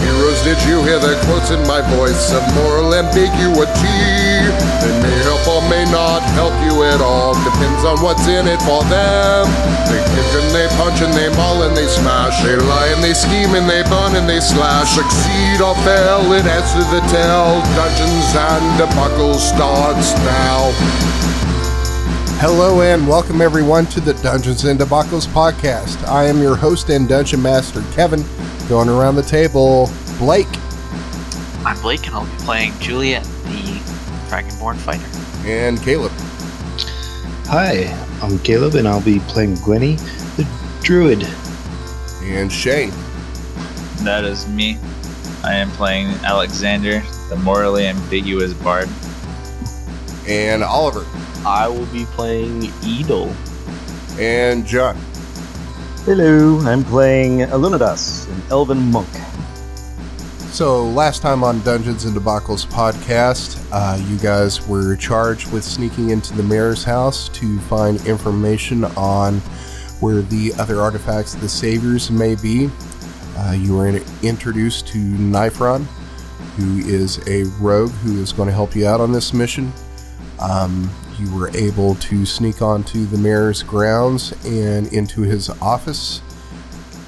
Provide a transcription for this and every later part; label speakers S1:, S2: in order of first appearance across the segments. S1: heroes. Did you hear the quotes in my voice of moral ambiguity? They may help or may not help you at all. Depends on what's in it for them. They kick and they punch and they maul and they smash. They lie and they scheme and they burn and they slash. Succeed or fail, it adds to the tale. Dungeons and debacle starts now. Hello and welcome everyone to the Dungeons and Debacles podcast. I am your host and dungeon master Kevin. Going around the table, Blake
S2: I'm Blake, and I'll be playing Juliet, the Dragonborn fighter.
S1: and Caleb.
S3: Hi, I'm Caleb, and I'll be playing Gwenny, the druid.
S1: And Shane.
S4: That is me. I am playing Alexander, the morally ambiguous bard.
S1: And Oliver.
S5: I will be playing Edel.
S1: And John.
S6: Hello, I'm playing Alunidas, an elven monk.
S1: So last time on Dungeons and Debacles podcast, uh, you guys were charged with sneaking into the mayor's house to find information on where the other artifacts of the saviors may be. Uh, you were in- introduced to Nifron, who is a rogue who is going to help you out on this mission. Um, you were able to sneak onto the mayor's grounds and into his office,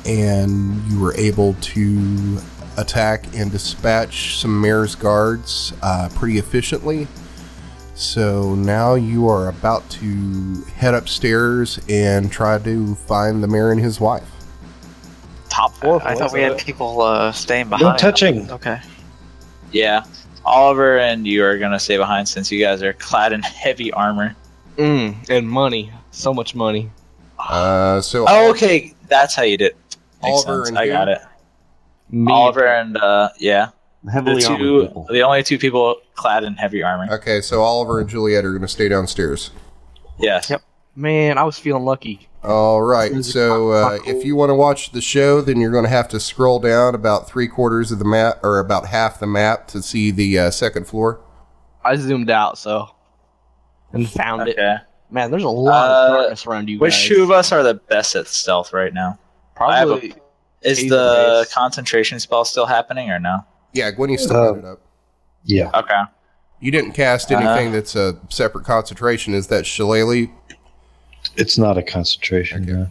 S1: and you were able to attack and dispatch some mayor's guards uh, pretty efficiently. So now you are about to head upstairs and try to find the mayor and his wife.
S2: Top
S6: four
S2: I, I
S6: for
S2: thought
S6: us,
S2: we had
S6: uh,
S2: people uh, staying behind.
S3: No touching.
S2: Okay.
S4: Yeah. Oliver and you are gonna stay behind since you guys are clad in heavy armor.
S5: Mm, and money. So much money.
S1: Uh, so
S4: Oh, okay. That's how you did. it. Makes
S1: Oliver
S4: sense.
S1: and
S4: I
S1: who?
S4: got it.
S5: Me.
S4: Oliver and uh, yeah, the
S6: Heavily armored
S4: two,
S6: people.
S4: the only two people clad in heavy armor.
S1: okay, so Oliver and Juliet are going to stay downstairs.
S4: Yes.
S5: Yep. Man, I was feeling lucky.
S1: All right. So uh, if you want to watch the show, then you're going to have to scroll down about three quarters of the map, or about half the map, to see the uh, second floor.
S5: I zoomed out, so. And found it.
S4: Okay.
S5: Man, there's a lot
S4: Uh,
S5: of darkness around you
S4: Which
S5: guys.
S4: two of us are the best at stealth right now? I have a-
S5: Probably.
S4: Is
S5: He's
S4: the
S5: the best.
S4: concentration spell still happening or no?
S1: Yeah, Gwen, you still
S3: Uh,
S1: got it up.
S3: Yeah.
S4: Okay.
S1: You didn't cast
S4: Uh-huh.
S1: anything that's a separate concentration. Is that Shillelagh?
S3: It's not a concentration.
S1: Okay.
S3: no.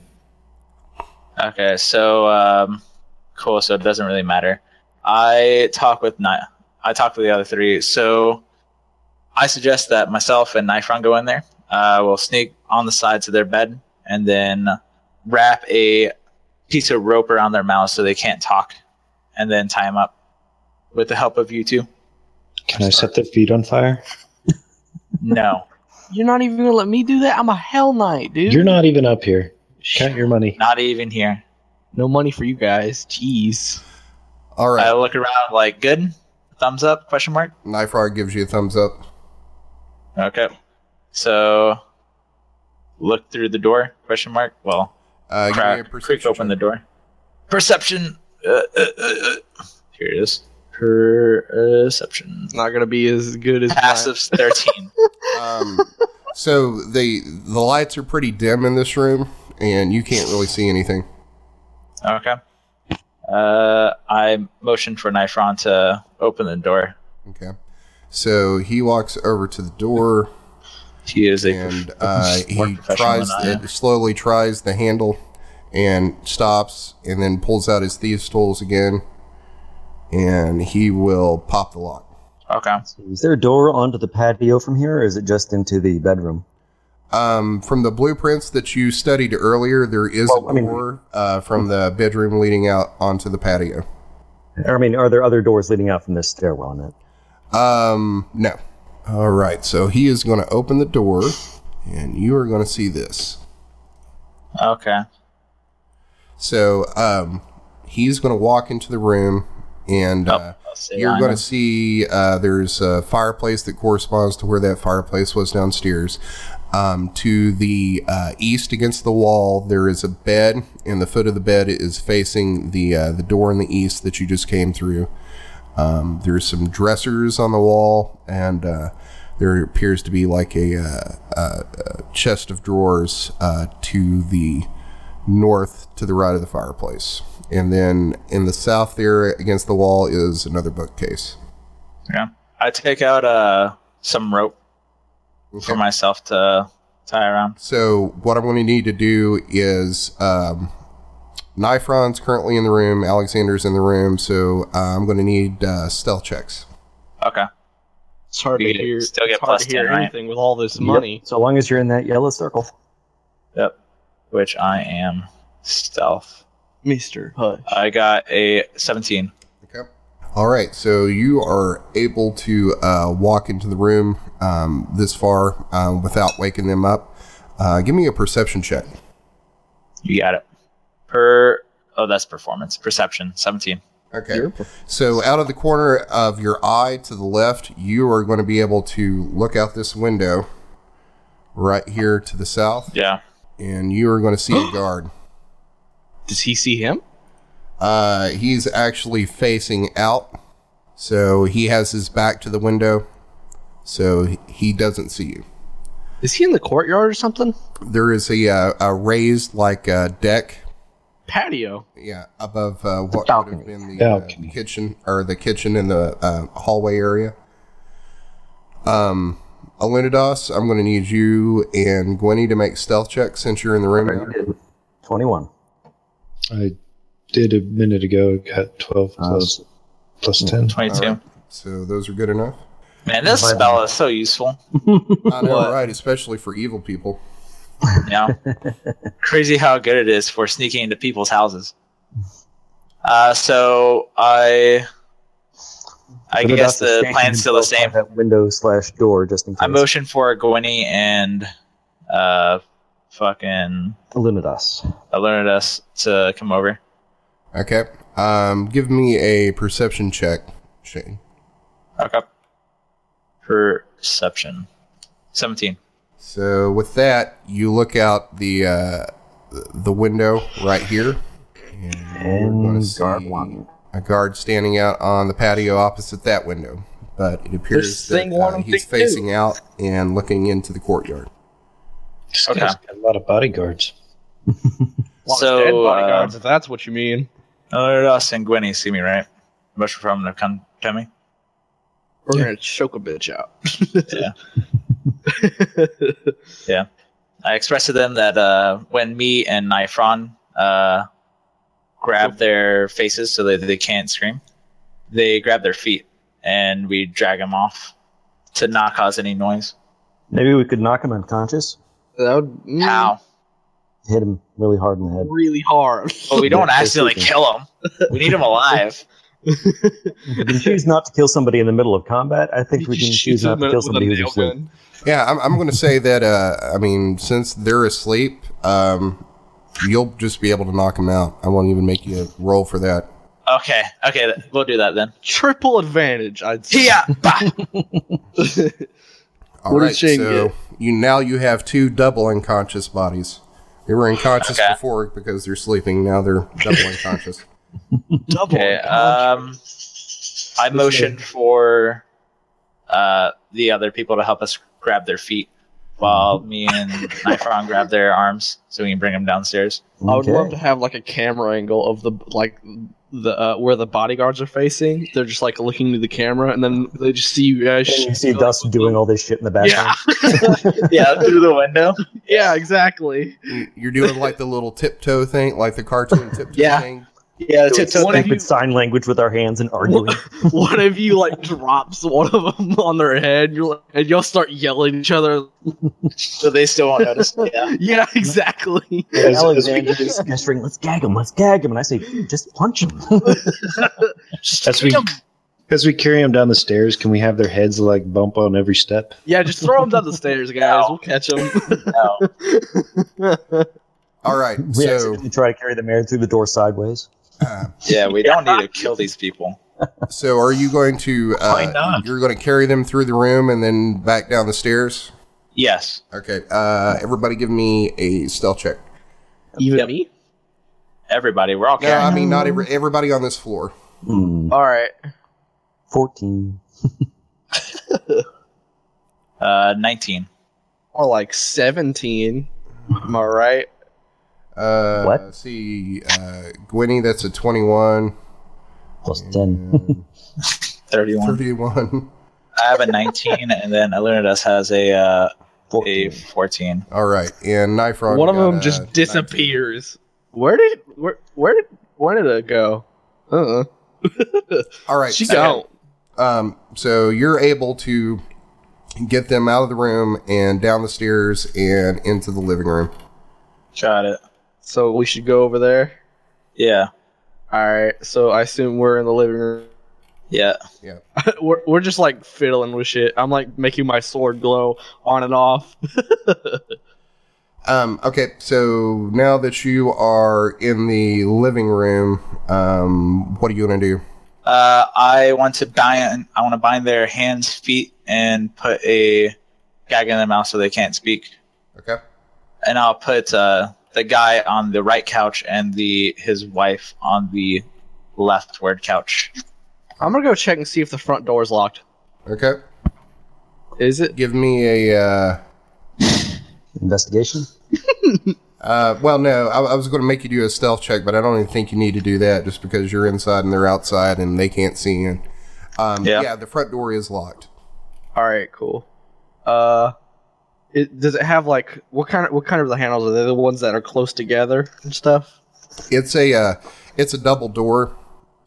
S4: Okay, so um, cool. So it doesn't really matter. I talk with Ni- I talk with the other three. So I suggest that myself and Nifron go in there. Uh, we'll sneak on the sides of their bed and then wrap a piece of rope around their mouth so they can't talk, and then tie them up with the help of you two.
S3: Can I set their feet on fire?
S4: No,
S5: You're not even gonna let me do that? I'm a hell knight, dude.
S3: You're not even up here. Count your money.
S4: not even here.
S5: No money for you guys. Jeez.
S1: All right.
S4: I look around like good, thumbs up? Question mark.
S1: Nifrog gives you a thumbs up.
S4: Okay. So look through the door? Question mark. Well,
S1: Uh, give me a
S4: crack, creak
S1: perception.
S4: open the door. Perception. Uh, uh, uh, uh. Here it is. Perception.
S5: Not gonna be as good as. mine.
S4: Passive thirteen.
S1: Um, so the the lights are pretty dim in this room, and you can't really see anything.
S4: okay. Uh, I motioned for Nifron to open the door.
S1: Okay. So he walks over to the door
S4: He is a
S1: and uh,
S4: more
S1: he
S4: professional
S1: tries
S4: than I am.
S1: the, slowly tries the handle and stops and then pulls out his thieves tools again and he will pop the lock.
S4: okay.
S6: Is there a door onto the patio from here, or is it just into the bedroom?
S1: Um, from the blueprints that you studied earlier, there is
S6: Well,
S1: a
S6: I mean-
S1: door uh, from the bedroom leading out onto the patio.
S6: Or, I mean, are there other doors leading out from this stairwell in it?
S1: Um, no. All right, so he is going to open the door, and you are going to see this.
S4: Okay.
S1: So um, he's going to walk into the room, and uh,
S4: Let's see.
S1: you're
S4: I'm
S1: going to see uh, there's a fireplace that corresponds to where that fireplace was downstairs. Um, to the uh, east against the wall, there is a bed, and the foot of the bed is facing the uh, the door in the east that you just came through. Um, there's some dressers on the wall, and uh, there appears to be like a, uh, uh a chest of drawers uh, to the north to the right of the fireplace. And then in the south there against the wall is another bookcase.
S4: Yeah. I take out uh some rope for
S1: Okay.
S4: myself to tie around.
S1: So what I'm going to need to do is um, Nifron's currently in the room, Alexander's in the room, so uh, I'm going to need uh, stealth checks.
S4: Okay.
S5: It's hard
S4: You
S5: to
S4: get-
S5: hear.
S4: still get
S5: it's hard
S4: plus
S5: to hear
S4: 10, right?
S5: anything with all this money.
S6: Yep, So long as you're in that yellow circle.
S4: Yep. Which I am stealth.
S5: Mister Hush.
S4: I got a 17.
S1: Okay. All right. So you are able to uh, walk into the room um, this far um, without waking them up. Uh, give me a perception check.
S4: You got it. Per oh that's performance. Perception. 17.
S1: Okay. So out of the corner of your eye to the left, you are going to be able to look out this window right here to the south,
S4: Yeah.
S1: and you are going to see a guard.
S5: Does he see him?
S1: Uh, he's actually facing out, so he has his back to the window, so he- he doesn't see you.
S5: Is he in the courtyard or something?
S1: There is a, uh, a raised like uh, deck,
S5: Patio.
S1: yeah, above uh, what would
S6: balcony.
S1: have been the uh,
S3: Balcony.
S1: kitchen or the kitchen in the uh, hallway area. Um, Alunidas, I'm going to need you and Gwenny to make stealth checks since you're in the room. now.
S6: 21.
S3: I did a minute ago. Got twelve
S6: Uh,
S3: plus plus ten.
S4: 22.
S1: All right. So those are good enough.
S4: Man, this
S6: Right.
S4: spell is so useful.
S1: I know,
S5: What?
S1: right? Especially for evil people.
S4: Yeah. Crazy how good it is for sneaking into people's houses. Uh so I I
S6: Put it
S4: guess
S6: out
S4: the
S6: stand
S4: plan's still the
S6: himself
S4: same.
S6: by That window slash door, just in case.
S4: I motion for Gwenny and uh fucking
S6: Illuminatus.
S4: Alunidas to come over.
S1: Okay. Um, give me a perception check, Shane.
S4: Okay. Perception. 17.
S1: So with that, you look out the uh, the window right here, and we're gonna
S6: And
S1: see
S6: guard one.
S1: a guard standing out on the patio opposite that window. But it appears
S5: This
S1: that
S5: thing want
S1: uh,
S5: them
S1: he's
S5: to
S1: facing out and looking into the courtyard.
S3: This
S4: Okay.
S3: guy's got a lot of bodyguards.
S5: Lot
S4: So,
S5: of dead bodyguards,
S4: uh,
S5: if that's what you mean.
S4: Alunidas and Gwenny see me, right? Much from them to come to me.
S5: We're gonna choke a bitch out.
S4: Yeah. I expressed to them that uh, when me and Nifron uh, grab their faces so that they can't scream, they grab their feet and we drag them off to not cause any noise.
S6: Maybe we could knock him unconscious.
S5: that would mm,
S4: How?
S6: Hit him really hard in the head.
S5: really hard.
S4: Well, we don't want to
S6: Yeah,
S4: accidentally
S6: basically.
S4: kill them. We need them alive.
S6: If we can choose not to kill somebody in the middle of combat, I think we can choose not to kill somebody who's asleep.
S1: Yeah, I'm, I'm going to say that. Uh, I mean, since they're asleep, um, you'll just be able to knock them out. I won't even make you roll for that.
S4: Okay, okay, we'll do that then.
S5: Triple advantage, I'd say.
S4: Yeah.
S1: All right.
S5: What did Shane
S1: so
S5: get?
S1: you now you have two double unconscious bodies. They were unconscious
S4: Okay.
S1: before because they're sleeping. Now they're double unconscious.
S5: Double.
S4: Okay. Um, I motioned for uh, the other people to help us grab their feet, while me and Nifron grab their arms so we can bring them downstairs.
S5: I would love
S6: Okay.
S5: to have like a camera angle of the like the uh, where the bodyguards are facing. They're just like looking to the camera, and then they just see you guys.
S6: And you
S5: sh-
S6: see Dust doing all this shit in the background.
S4: yeah, through the window.
S5: Yeah, exactly.
S1: You- You're doing like the little tiptoe thing, like the cartoon tiptoe
S4: Yeah.
S1: thing.
S4: Yeah,
S5: Doing tiptoe-
S6: Stupid
S5: One of you-
S6: sign language with our hands and arguing.
S5: One of you like drops one of them on their head, you're like, and y'all start yelling at each other.
S4: so they still won't notice. Yeah.
S5: Yeah, exactly.
S6: And Alexander's gesturing, let's gag him, let's gag him. And I say, just punch him.
S3: As we as we carry them down the stairs, can we have their heads like bump on every step?
S5: Yeah, just throw them down the stairs, guys. We'll catch them.
S4: No.
S1: All right.
S6: we
S1: So
S6: accidentally try to carry the mayor through the door sideways.
S1: uh,
S4: Yeah, we don't need to kill these people.
S1: so are you going to? Uh,
S4: Why not?
S1: You're going to carry them through the room and then back down the stairs.
S4: Yes.
S1: Okay. Uh, everybody, give me a stealth check.
S5: Even
S4: Yep.
S5: me?
S4: Everybody, we're all
S1: No,
S4: carrying.
S1: I mean not every, everybody on this floor.
S6: Hmm,
S5: All right.
S6: 14.
S4: Uh, 19.
S5: Or like 17. Am I right?
S1: Uh,
S6: What?
S1: let's See, uh, Gwenny, that's a twenty-one.
S6: Plus 10.
S1: and
S4: 31.
S1: Thirty-one.
S4: I have a 19, and then Illuminus has a uh, a
S6: 14.
S4: 14.
S1: All right, and Knife Rod.
S5: One of
S1: got uh,
S5: them
S1: a
S5: just
S1: 19.
S5: disappears. Where did where where did where did it go? Uh uh
S1: All right,
S5: She
S1: so-
S5: gone.
S1: Um, so you're able to get them out of the room and down the stairs and into the living room.
S4: Got it.
S5: So we should go over there.
S4: Yeah.
S5: All right. So I assume we're in the living room.
S4: Yeah.
S5: we're, we're just like fiddling with shit. I'm like making my sword glow on and off.
S1: Um, okay, so now that you are in the living room, um, what are you gonna do?
S4: Uh, I want to bind. I want to bind their hands, feet, and put a gag in their mouth so they can't speak.
S1: Okay.
S4: And I'll put uh, the guy on the right couch and the his wife on the leftward couch.
S5: I'm gonna go check and see if the front door's locked.
S1: Okay.
S5: Is it?
S1: Give me a. Uh,
S6: Investigation?
S1: uh, well, no, I, I was going to make you do a stealth check, but I don't even think you need to do that just because you're inside and they're outside and they can't see in. Um,
S4: Yeah.
S1: yeah, the front door is locked.
S5: All right. Cool. Uh, it, does it have like what kind of what kind of the handles are they? The ones that are close together and stuff.
S1: It's a uh, it's a double door,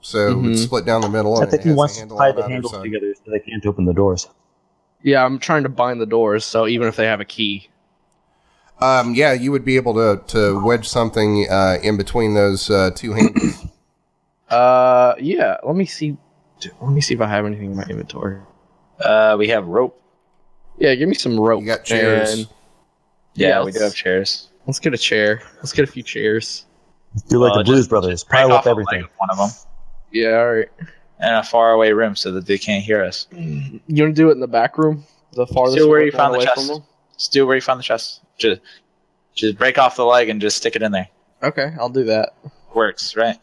S1: so it's split down the middle.
S6: Mm-hmm. I
S1: and
S6: think
S1: it
S6: he
S1: has a
S6: wants to
S1: handle
S6: tie
S1: on
S6: the
S1: either
S6: handles
S1: side.
S6: together so they can't open the doors.
S5: Yeah, I'm trying to bind the doors, so even if they have a key.
S1: Um, yeah, you would be able to to wedge something uh, in between those uh, two handles.
S5: Uh, yeah. Let me see. d- Let me see if I have anything in my inventory.
S4: Uh, we have rope.
S5: Yeah, give me some rope.
S1: You got chairs.
S5: and-
S4: Yeah,
S5: Yeah,
S4: we do
S5: let's-
S4: have chairs.
S5: Let's get a chair. Let's get a few chairs.
S6: Do like
S4: Well,
S6: the
S4: Uh, just-
S6: Blues Brothers,
S4: Break
S6: pile
S4: off
S6: up
S4: a leg
S6: everything.
S4: of one of them
S5: Yeah. All right.
S4: in a faraway room so that they can't hear us.
S5: You want to do it in the back room, the farthest
S4: where
S5: one-
S4: you found
S5: one
S4: the
S5: away from
S4: chest.
S5: them?
S4: Just do where you found the chest. Just, just break off the leg and just stick it in there.
S5: Okay, I'll do that.
S4: Works, right?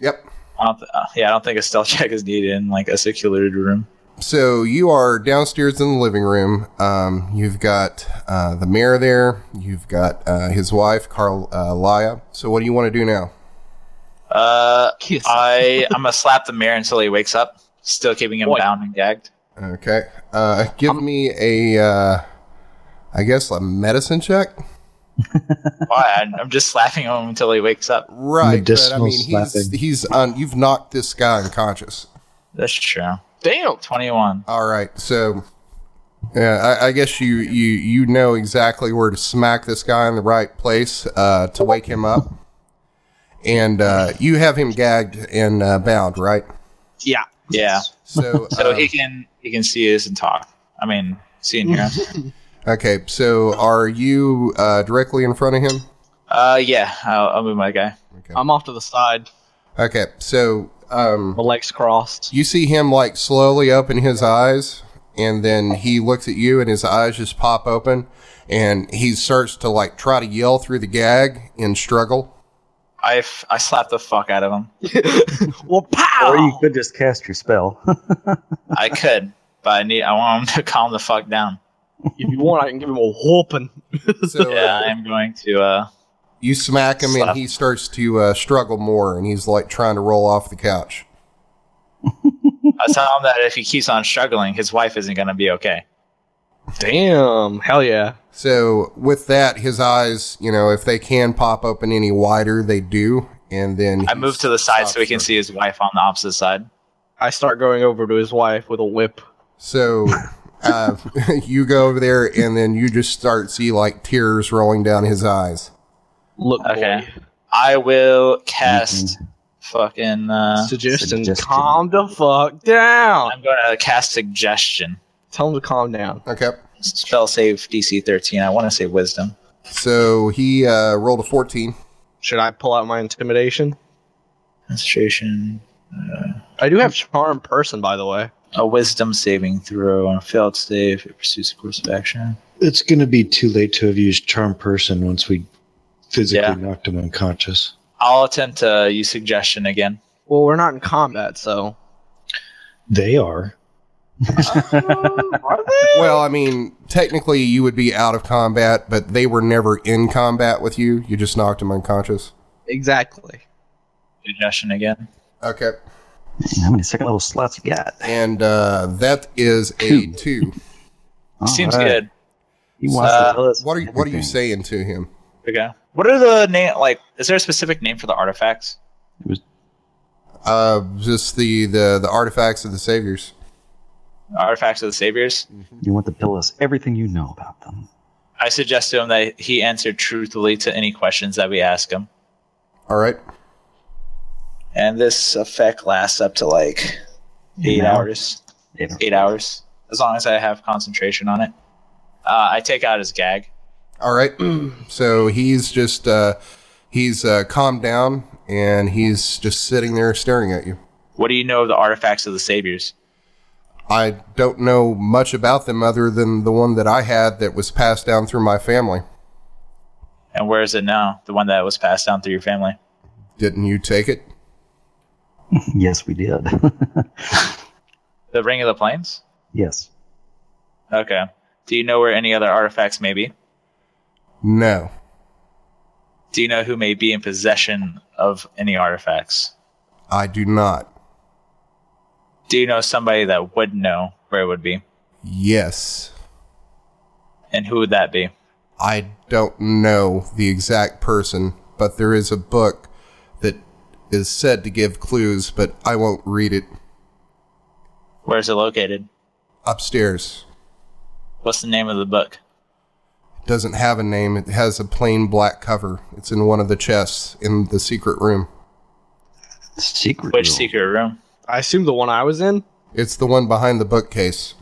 S1: Yep.
S4: I don't th- uh, yeah, I don't think a stealth check is needed in like a secluded room.
S1: So you are downstairs in the living room. Um, you've got uh, the mayor there. You've got uh, his wife, Carl uh, Laya. So what do you want to do now?
S4: Uh,
S5: Kiss.
S4: I I'm gonna slap the mayor until he wakes up, still keeping him
S5: Boy.
S4: bound and gagged.
S1: Okay. Uh, give
S6: Um,
S1: me a, uh, I guess a medicine check.
S4: Why? I'm- I'm just slapping him until he wakes up.
S1: Right. But I
S3: Medicinal
S1: mean, he's
S3: slapping.
S1: he's un- you've knocked this guy unconscious.
S4: That's true.
S5: Damn.
S4: Twenty one.
S1: All right, so yeah, I, I guess you you you know exactly where to smack this guy in the right place uh, to wake him up, and uh, you have him gagged and uh, bound, right?
S5: Yeah.
S4: Yeah.
S1: So,
S4: So
S1: um,
S4: he can he can see us and talk. I mean, see and hear. us.
S1: um, okay, so are you uh, directly in front of him?
S4: uh, yeah. I'll, I'll move my guy.
S5: I'm off to the side,
S1: Okay, so um,
S5: my legs crossed.
S1: you see him like slowly open his eyes, and then he looks at you, and his eyes just pop open, and he starts to like try to yell through the gag and struggle.
S4: I f- I slapped the fuck out of him.
S5: well,
S6: Or you
S5: pow!
S6: could just cast your spell.
S4: I could, but I need I want him to calm the fuck down.
S5: if you want, I can give him a whooping.
S1: So
S4: Yeah,
S1: uh,
S4: I'm going to. Uh,
S1: you smack him, and he starts to uh, struggle more, and he's like trying to roll off the couch.
S4: I tell him that if he keeps on struggling, his wife isn't gonna be okay.
S5: Damn. Hell yeah.
S1: So with that, his eyes, you know, if they can pop open any wider, they do. And then
S4: I
S1: he
S4: move to the side
S1: stops
S4: so he
S1: struggling.
S4: can see his wife on the opposite side.
S5: I start going over to his wife with a whip.
S1: So uh, you go over there, and then you just start see like tears rolling down his eyes.
S5: Look,
S4: Okay.
S5: boy.
S4: I will cast fucking. Uh,
S5: Suggestion.
S6: Suggestion.
S5: Calm the fuck down.
S4: I'm going to cast suggestion.
S5: Tell him to calm down.
S1: Okay.
S4: Spell save DC 13. I want to say wisdom.
S1: So he uh, rolled a fourteen.
S5: Should I pull out my intimidation?
S4: Concentration.
S5: I do have charm person, by the way.
S4: a wisdom saving throw on a failed save. It pursues a course of action.
S3: It's going to be too late to have used charm person once we physically
S4: Yeah.
S3: knocked him unconscious.
S4: I'll attempt to use suggestion again.
S5: Well, we're not in combat, so
S3: They are.
S1: Well, I mean, technically you would be out of combat, but they were never in combat with you. You just knocked them unconscious.
S5: exactly.
S4: Suggestion again.
S1: Okay.
S6: How many second level slots you got?
S1: And uh, that is a
S6: Two.
S1: two.
S4: Seems
S6: Alright.
S4: good.
S6: He wants
S4: Uh,
S6: to tell us
S1: What are you, what are you saying
S6: everything.
S1: to him?
S4: Okay. What are the name like? Is there a specific name for the artifacts?
S1: Uh, just the, the, the artifacts of the saviors.
S4: Artifacts of the Saviors.
S6: You want to tell us everything you know about them.
S4: I suggest to him that he answer truthfully to any questions that we ask him.
S1: All right.
S4: And this effect lasts up to like eight
S6: An hour?
S4: hours.
S6: Eight
S4: Eight hours. As long as I have concentration on it. Uh, I take out his gag.
S1: All right. so he's just uh, he's uh, calmed down and he's just sitting there staring at you.
S4: What do you know of the artifacts of the saviors?
S1: I don't know much about them other than the one that I had that was passed down through my family.
S4: And where is it now? The one that was passed down through your family?
S1: Didn't you take it?
S6: Yes, we did.
S4: The Ring of the Plains?
S6: yes.
S4: Okay. Do you know where any other artifacts may be?
S1: No.
S4: Do you know who may be in possession of any artifacts?
S1: I do not.
S4: Do you know somebody that would know where it would be?
S1: Yes.
S4: And who would that be?
S1: I don't know the exact person, but there is a book that is said to give clues, but I won't read it.
S4: Where is it located?
S1: Upstairs.
S4: What's the name of the book?
S1: It doesn't have a name, it has a plain black cover. It's in one of the chests in the secret room.
S6: Secret.
S4: Which
S6: room.
S4: secret room?
S5: I assume the one I was in.
S1: It's the one behind the bookcase.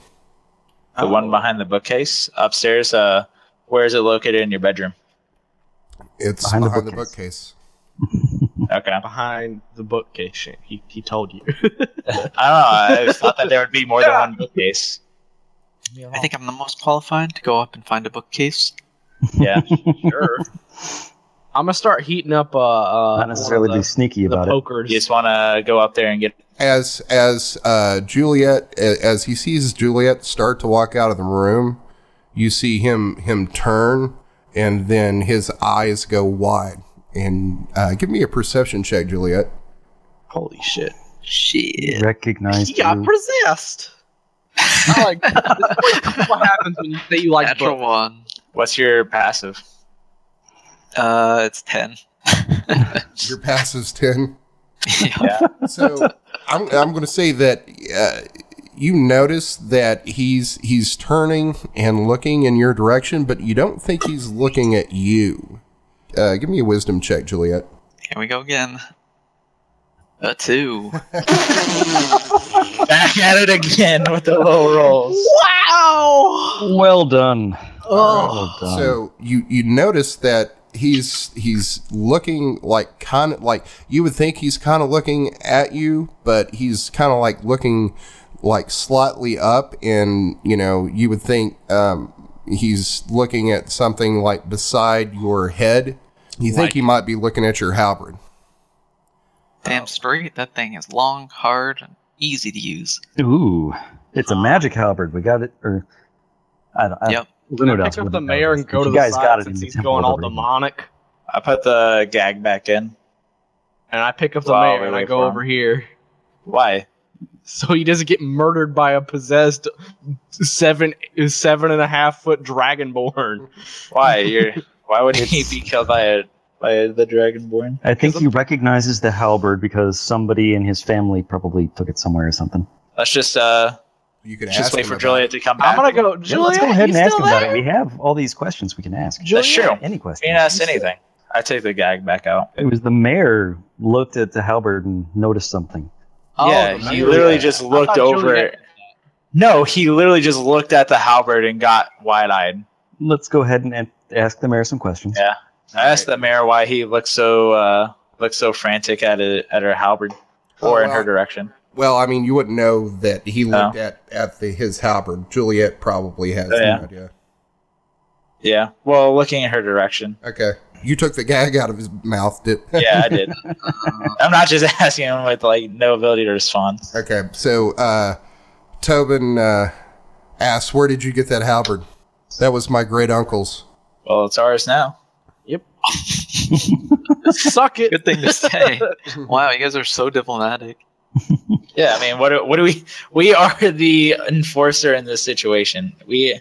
S4: The
S5: Oh.
S4: one behind the bookcase upstairs. Uh, where is it located in your bedroom?
S1: It's behind,
S6: Behind the
S1: the
S6: bookcase.
S1: bookcase.
S4: Okay. I
S5: behind the bookcase. He, he told you.
S4: don't know. I thought that there would be more than one bookcase.
S2: I think I'm the most qualified to go up and find a bookcase.
S4: Yeah, sure.
S5: I'm gonna start heating up. Uh, uh
S6: Not necessarily
S5: one
S6: be
S5: of
S6: sneaky
S5: the, the
S6: about it.
S5: pokers.
S4: You just want to go up there and get.
S1: as as uh, Juliet a- as he sees Juliet start to walk out of the room, you see him him turn and then his eyes go wide. And uh, give me a perception check, Juliet.
S5: Holy shit!
S2: Shit.
S6: Recognize
S5: He got
S6: you.
S5: possessed. I like this is what happens when you say you like
S2: Natural
S5: books.
S2: one.
S4: What's your passive?
S2: Uh, it's ten.
S1: Your pass is ten.
S2: Yeah.
S1: So I'm I'm going to say that uh, you notice that he's he's turning and looking in your direction, but you don't think he's looking at you. Uh, give me a wisdom check, Juliet.
S2: Here we go again. A two.
S4: Back at it again with the low rolls.
S5: Wow.
S6: Well done.
S1: Oh,
S6: Well done.
S1: so
S4: Um,
S1: you you notice that he's he's looking like kind of like you would think he's kind of looking at you, but he's kind of like looking like slightly up, and you know you would think um, he's looking at something like beside your head. You think he might be looking at your halberd.
S2: Damn straight. That thing is long, hard, and easy to use.
S6: Ooh, it's a magic halberd. We got it. Or I don't. I,
S2: Yep.
S6: We're gonna
S5: Pick up the mayor and go to
S6: you
S5: the
S6: guys
S5: side
S6: got it in
S5: since
S6: the
S5: he's
S6: temple
S5: going
S6: of
S5: all
S6: the ring.
S5: demonic.
S4: I put the gag back in.
S5: And I pick up the
S4: Wow,
S5: mayor
S4: we
S5: and I
S4: wait
S5: go
S4: for him.
S5: over here
S4: Why?
S5: so he doesn't get murdered by a possessed seven seven and a half foot dragonborn.
S4: Why you're? Why would he be killed by a by the dragonborn?
S6: I think he recognizes the halberd because somebody in his family probably took it somewhere or something.
S4: Let's just uh,
S1: You could
S4: just
S1: ask
S4: wait
S1: him
S4: for
S1: about
S4: Juliet to come back.
S5: I'm gonna go,
S6: Yeah,
S5: Julia.
S6: let's go ahead and
S5: you
S6: ask
S5: still
S6: him
S5: there?
S6: about it. We have all these questions we can ask.
S4: That's true.
S6: Any question?
S4: You can ask anything. I take the gag back out.
S6: It was the mayor looked at the halberd and noticed something.
S5: Oh,
S4: yeah,
S5: the
S4: he
S5: mayor.
S4: literally just
S5: thought
S4: looked
S5: Joe
S4: over
S5: did.
S4: it. No, he literally just looked at the halberd and got wide-eyed.
S6: Let's go ahead and, and ask the mayor some questions.
S4: Yeah. I asked the mayor why he looked so uh, looked so frantic at a, at her halberd or
S1: Oh,
S4: in her
S1: well.
S4: direction.
S1: Well, I mean, you wouldn't know that
S4: Oh.
S1: he looked at at the his halberd. Juliet probably has
S4: Oh, yeah.
S1: no idea.
S4: Yeah. Well, looking in her direction.
S1: Okay, you took the gag out of his mouth. Did
S4: Yeah, I did. I'm not just asking him with like no ability to respond.
S1: okay. So, uh, Tobin uh, asks, "Where did you get that halberd?" That was my great uncle's.
S4: Well, it's ours now.
S5: Suck it.
S2: Good thing to say. wow, you guys are so diplomatic.
S4: Yeah, I mean, what do, what do we? We are the enforcer in this situation. We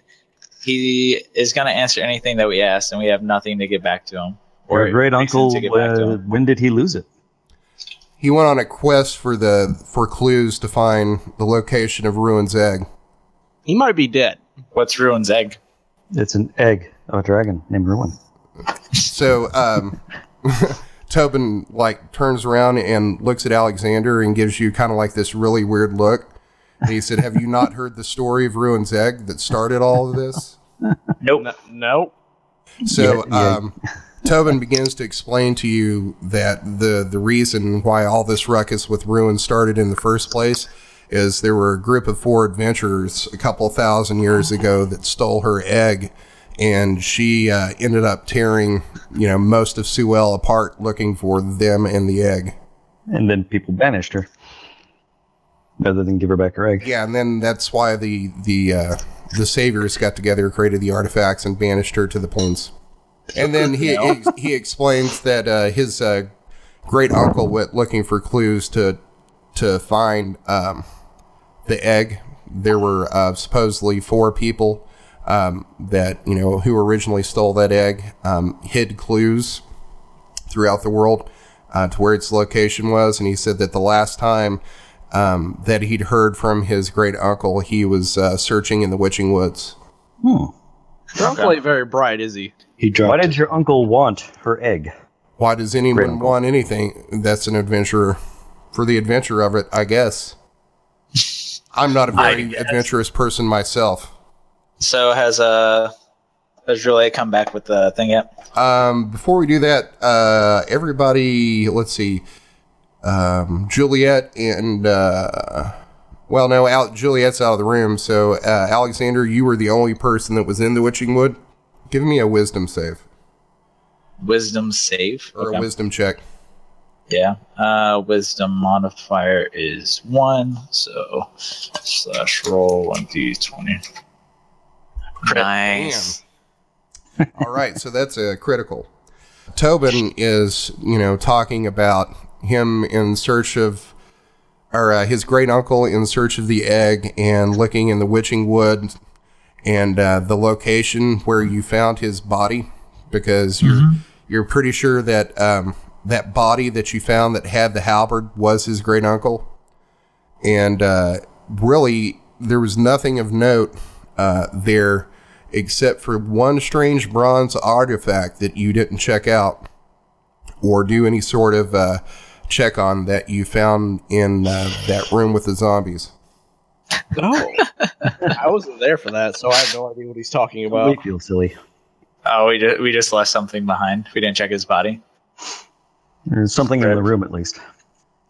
S4: he is going to answer anything that we ask, and we have nothing to get back to him.
S6: Or
S4: Or
S6: great
S4: reason
S6: uncle,
S4: to get back to
S6: uh,
S4: him.
S6: when did he lose it?
S1: He went on a quest for the for clues to find the location of Ruin's egg.
S5: He might be dead.
S4: What's Ruin's egg?
S6: It's an egg of a dragon named Ruin.
S1: So um, Tobin like turns around and looks at Alexander and gives you kind of like this really weird look. And he said, "Have you not heard the story of Ruin's egg that started all of this?"
S4: Nope.
S5: No.
S1: So
S6: Yeah, yeah.
S1: Um, Tobin begins to explain to you that the the reason why all this ruckus with Ruin started in the first place is there were a group of four adventurers a couple thousand years ago that stole her egg, and she uh, ended up tearing you know most of Sewell apart looking for them and the egg.
S6: And then people banished her rather than give her back her egg.
S1: Yeah, and then that's why the the uh, the saviors got together, created the artifacts, and banished her to the plains. And then he he, he explains that uh, his uh, great uncle went looking for clues to to find um, the egg. There were uh, supposedly four people um, that you know who originally stole that egg, um, hid clues throughout the world uh, to where its location was, and he said that the last time um, that he'd heard from his great uncle, he was uh, searching in the witching woods.
S6: Hmm.
S5: Don't play very bright, is he?
S3: He dropped
S6: Why
S3: it.
S6: did your uncle want her egg?
S1: Why does
S6: Great
S1: anyone
S6: uncle.
S1: want anything that's an adventurer? For the adventure of it, I guess. I'm not a
S4: I
S1: very
S4: guess.
S1: adventurous person myself.
S4: So has uh has Juliet come back with the thing yet?
S1: Um, before we do that, uh, everybody, let's see, um, Juliet and uh, well, no, out Juliet's out of the room. So uh, Alexander, you were the only person that was in the witching wood. Give me a wisdom save
S4: Wisdom save.
S1: or
S4: Okay.
S1: a wisdom check.
S4: Yeah. Uh, wisdom modifier is one, so slash roll one d twenty.
S2: Nice.
S1: All right, so that's a critical. Tobin is, you know, talking about him in search of, or uh, his great uncle in search of the egg and looking in the witching wood and uh, the location where you found his body because you're you're pretty sure that um, that body that you found that had the halberd was his great uncle, and uh, really there was nothing of note uh, there except for one strange bronze artifact that you didn't check out or do any sort of uh, check on that you found in uh, that room with the zombies.
S5: No. I wasn't there for that, so I have no idea what he's talking
S6: Well, we
S5: about.
S6: feel silly.
S4: Oh, we just we just left something behind. We didn't check his body.
S6: There's something in the room, at least.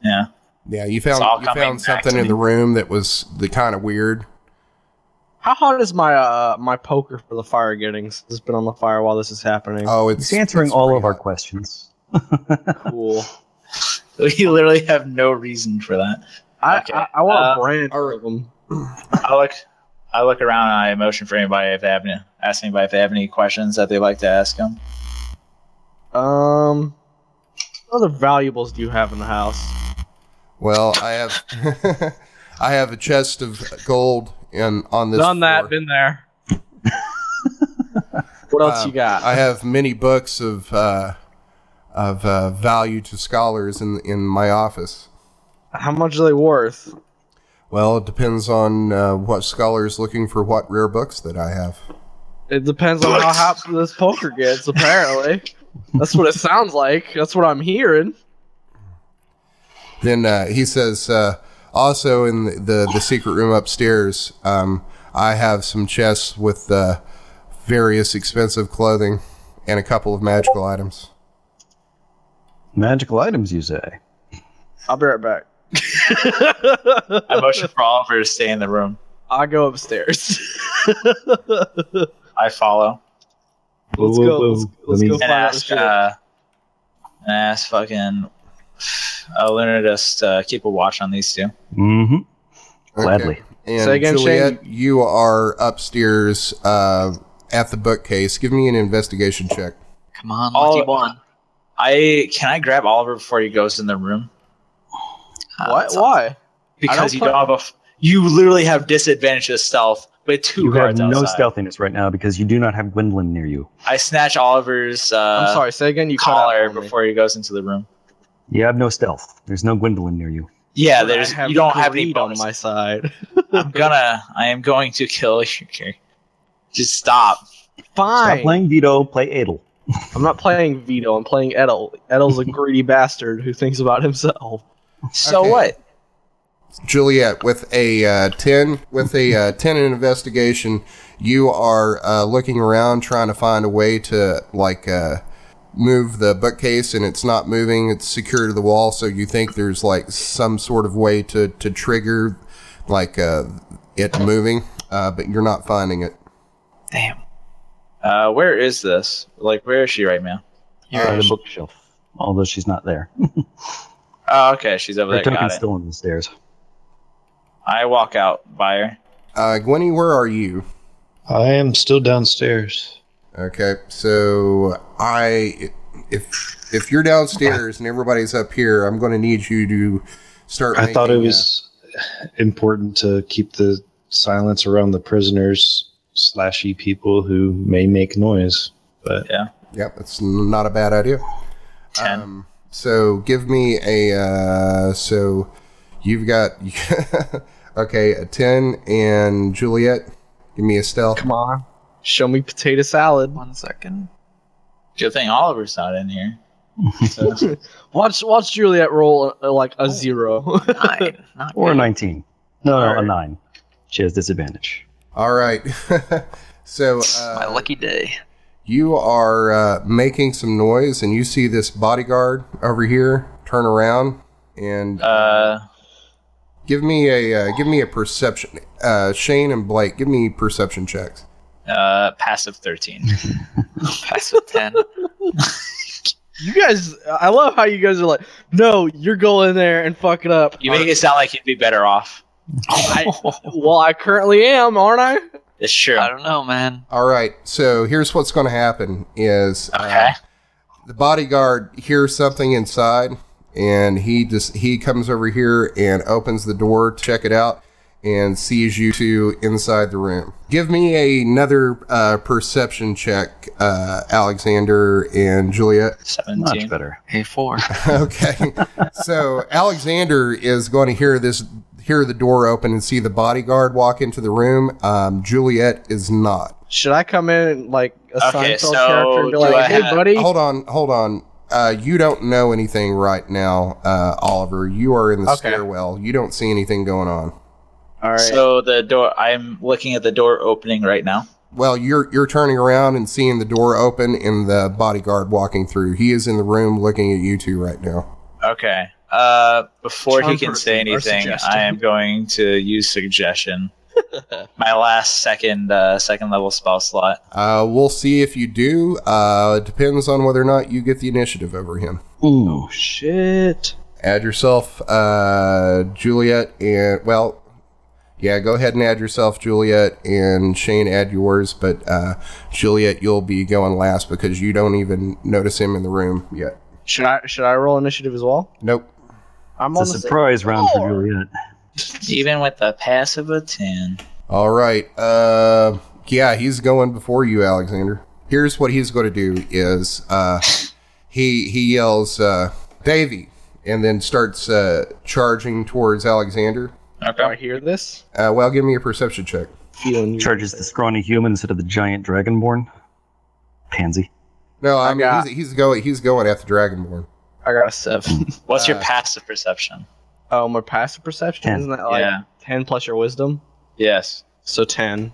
S4: Yeah.
S1: Yeah, you
S4: It's all
S1: found you
S4: coming
S1: found
S4: back
S1: something
S4: to
S1: in
S4: me.
S1: the room that was the kind of weird.
S5: How hot is my uh my poker for the fire gettings? It's been on the fire while this is happening.
S1: Oh, it's
S6: It's answering
S1: it's
S6: all
S1: pretty
S6: of our
S1: hot.
S6: questions.
S5: cool.
S4: We literally have no reason for that.
S5: I,
S4: Okay.
S5: I, I want
S4: Uh,
S5: a brand
S1: all right.
S5: of them.
S4: I look I look around and I motion for anybody if they have any ask anybody if they have any questions that they'd like to ask him.
S5: Um, what other valuables do you have in the house?
S1: Well, I have I have a chest of gold in on this.
S5: Done
S1: floor.
S5: that, been there. what else
S1: Um,
S5: you got?
S1: I have many books of uh, of uh, value to scholars in in my office.
S5: How much are they worth?
S1: Well, it depends on uh, what scholar is looking for, what rare books that I have.
S5: It depends on how hot this poker gets, apparently. That's what it sounds like. That's what I'm hearing.
S1: Then uh, he says, uh, also in the, the, the secret room upstairs, um, I have some chests with uh, various expensive clothing and a couple of magical items.
S6: Magical items, you say?
S5: I'll be right back.
S4: I motion for Oliver to stay in the room.
S5: I go upstairs.
S4: I follow
S5: Let's
S3: Whoa,
S5: go,
S3: whoa,
S5: let's-
S3: whoa.
S5: let's
S3: Let me-
S5: go.
S4: and
S5: Fire
S4: ask,
S5: the shit.
S4: uh, and ask fucking uh, Luna to just uh, keep a watch on these two.
S6: Mm-hmm.
S1: Okay.
S6: Gladly.
S1: And
S5: Say again,
S1: Juliet, you are upstairs uh, at the bookcase. Give me an investigation check.
S2: Come on,
S4: All-
S2: lucky one.
S4: I can I grab Oliver before he goes in the room
S2: Uh,
S5: what?
S2: it's-
S5: Why?
S4: because
S5: don't
S4: you
S5: play-
S4: don't have a. f- You literally have disadvantage of stealth with two
S6: You have
S4: guards
S6: no
S4: outside.
S6: stealthiness right now because you do not have Gwendolyn near you.
S4: I snatch Oliver's uh,
S5: I'm sorry. Say again. You cut out
S4: collar
S5: on me.
S4: before he goes into the room.
S6: You have no stealth. There's no Gwendolyn near you.
S4: Yeah,
S5: I
S4: there's
S5: have
S4: you don't have any
S5: greed on
S4: bonus.
S5: my side.
S4: I'm gonna. I am going to kill you. Okay. Just stop.
S6: Stop
S5: Fine.
S6: playing Vito. Play Adel.
S5: I'm not playing Vito. I'm playing Edel. Edel's a greedy bastard who thinks about himself.
S4: So
S1: Okay.
S4: what?
S1: Juliet, with a uh, ten, with a uh, ten in investigation, you are uh, looking around trying to find a way to like uh, move the bookcase, and it's not moving. It's secure to the wall, so you think there's like some sort of way to to trigger like uh, it moving, uh, but you're not finding it.
S2: Damn.
S4: Uh, where is this? Like, where is she right now?
S2: You're
S1: Um,
S6: On the bookshelf. Although she's not there.
S4: Oh, okay, she's over
S6: Her
S4: there. Got
S6: token's
S4: it.
S6: still on the stairs.
S4: I walk out by her.
S1: Uh, Gwenny, where are you?
S3: I am still downstairs.
S1: Okay, so I if if you're downstairs and everybody's up here, I'm going to need you to start.
S3: I thought it
S1: making, uh,
S3: was important to keep the silence around the prisoners slashy people who may make noise. But
S1: Yep, that's n- not a bad idea.
S4: Ten.
S1: Um, so give me a. Uh, so you've got. okay, a 10 and Juliet. Give me a stealth.
S5: Come on. Show me potato salad.
S2: One second.
S4: Good thing Oliver's not in here. So,
S5: Watch watch Juliet roll uh, like a zero.
S2: Nine. Not
S6: Or a
S2: good.
S6: 19. No, no, a
S4: Alright.
S6: 9. She has disadvantage.
S1: All right. so uh,
S2: My lucky day.
S1: you are uh, making some noise, and you see this bodyguard over here turn around and
S4: uh,
S1: give me a uh, give me a perception. Uh, Shane and Blake, give me perception checks.
S4: uh, passive thirteen.
S2: Pass with ten.
S5: you guys, I love how you guys are like, no, you're going there and fuck it up.
S4: You make it sound like he'd be better off.
S5: I, well, I currently am, aren't I?
S4: It's true.
S2: I don't know, man.
S1: All right. So here's what's going to happen: is uh,
S4: Okay.
S1: the bodyguard hears something inside and he just he comes over here and opens the door to check it out and sees you two inside the room give me another uh, perception check uh, alexander and juliet
S4: Seventeen.
S6: Much better.
S2: Hey, four.
S1: okay so alexander is going to hear this hear the door open and see the bodyguard walk into the room um, juliet is not
S5: Should I come in and, like a
S4: Okay,
S5: Seinfeld
S4: so
S5: character and be
S4: do
S5: like,
S4: I
S5: hey,
S4: have-
S5: buddy?
S1: hold on hold on uh, you don't know anything right now uh, oliver you are in the
S5: Okay.
S1: stairwell you don't see anything going on
S5: All right.
S4: So the door. I'm looking at the door opening right now.
S1: well you're you're turning around and seeing the door open and the bodyguard walking through he is in the room looking at you two right now
S4: Okay. Uh, before
S5: Charm
S4: he can say
S5: person or
S4: anything,
S5: suggestion.
S4: I am going to use suggestion. My last second uh, second level spell slot.
S1: uh, we'll see if you do uh, it depends on whether or not you get the initiative over him
S6: Ooh.
S5: oh, shit.
S1: add yourself uh, juliet and well yeah go ahead and add yourself juliet and shane add yours but uh, juliet you'll be going last because you don't even notice him in the room yet
S5: Should I should I roll initiative as well?
S1: nope
S5: I'm on
S6: It's
S5: the
S6: a surprise round for
S5: floor.
S6: Juliet.
S4: Even with the passive of ten.
S1: All right. Uh, yeah, he's going before you, Alexander. Here's what he's going to do: is uh, he he yells uh, Davy, and then starts uh, charging towards Alexander.
S5: Do I
S4: Okay.
S5: hear this?
S1: Uh, well, give me a perception check.
S5: Feeling you.
S6: Charges the scrawny human instead of the giant dragonborn. Pansy.
S1: No, I,
S5: I
S1: mean
S5: got-
S1: he's, he's going he's going at the Dragonborn.
S5: I got a seven.
S4: What's your
S1: Uh,
S4: passive perception?
S5: oh, my passive perception
S6: Ten.
S5: isn't that like
S4: yeah.
S5: ten plus your wisdom?
S4: Yes.
S5: So ten.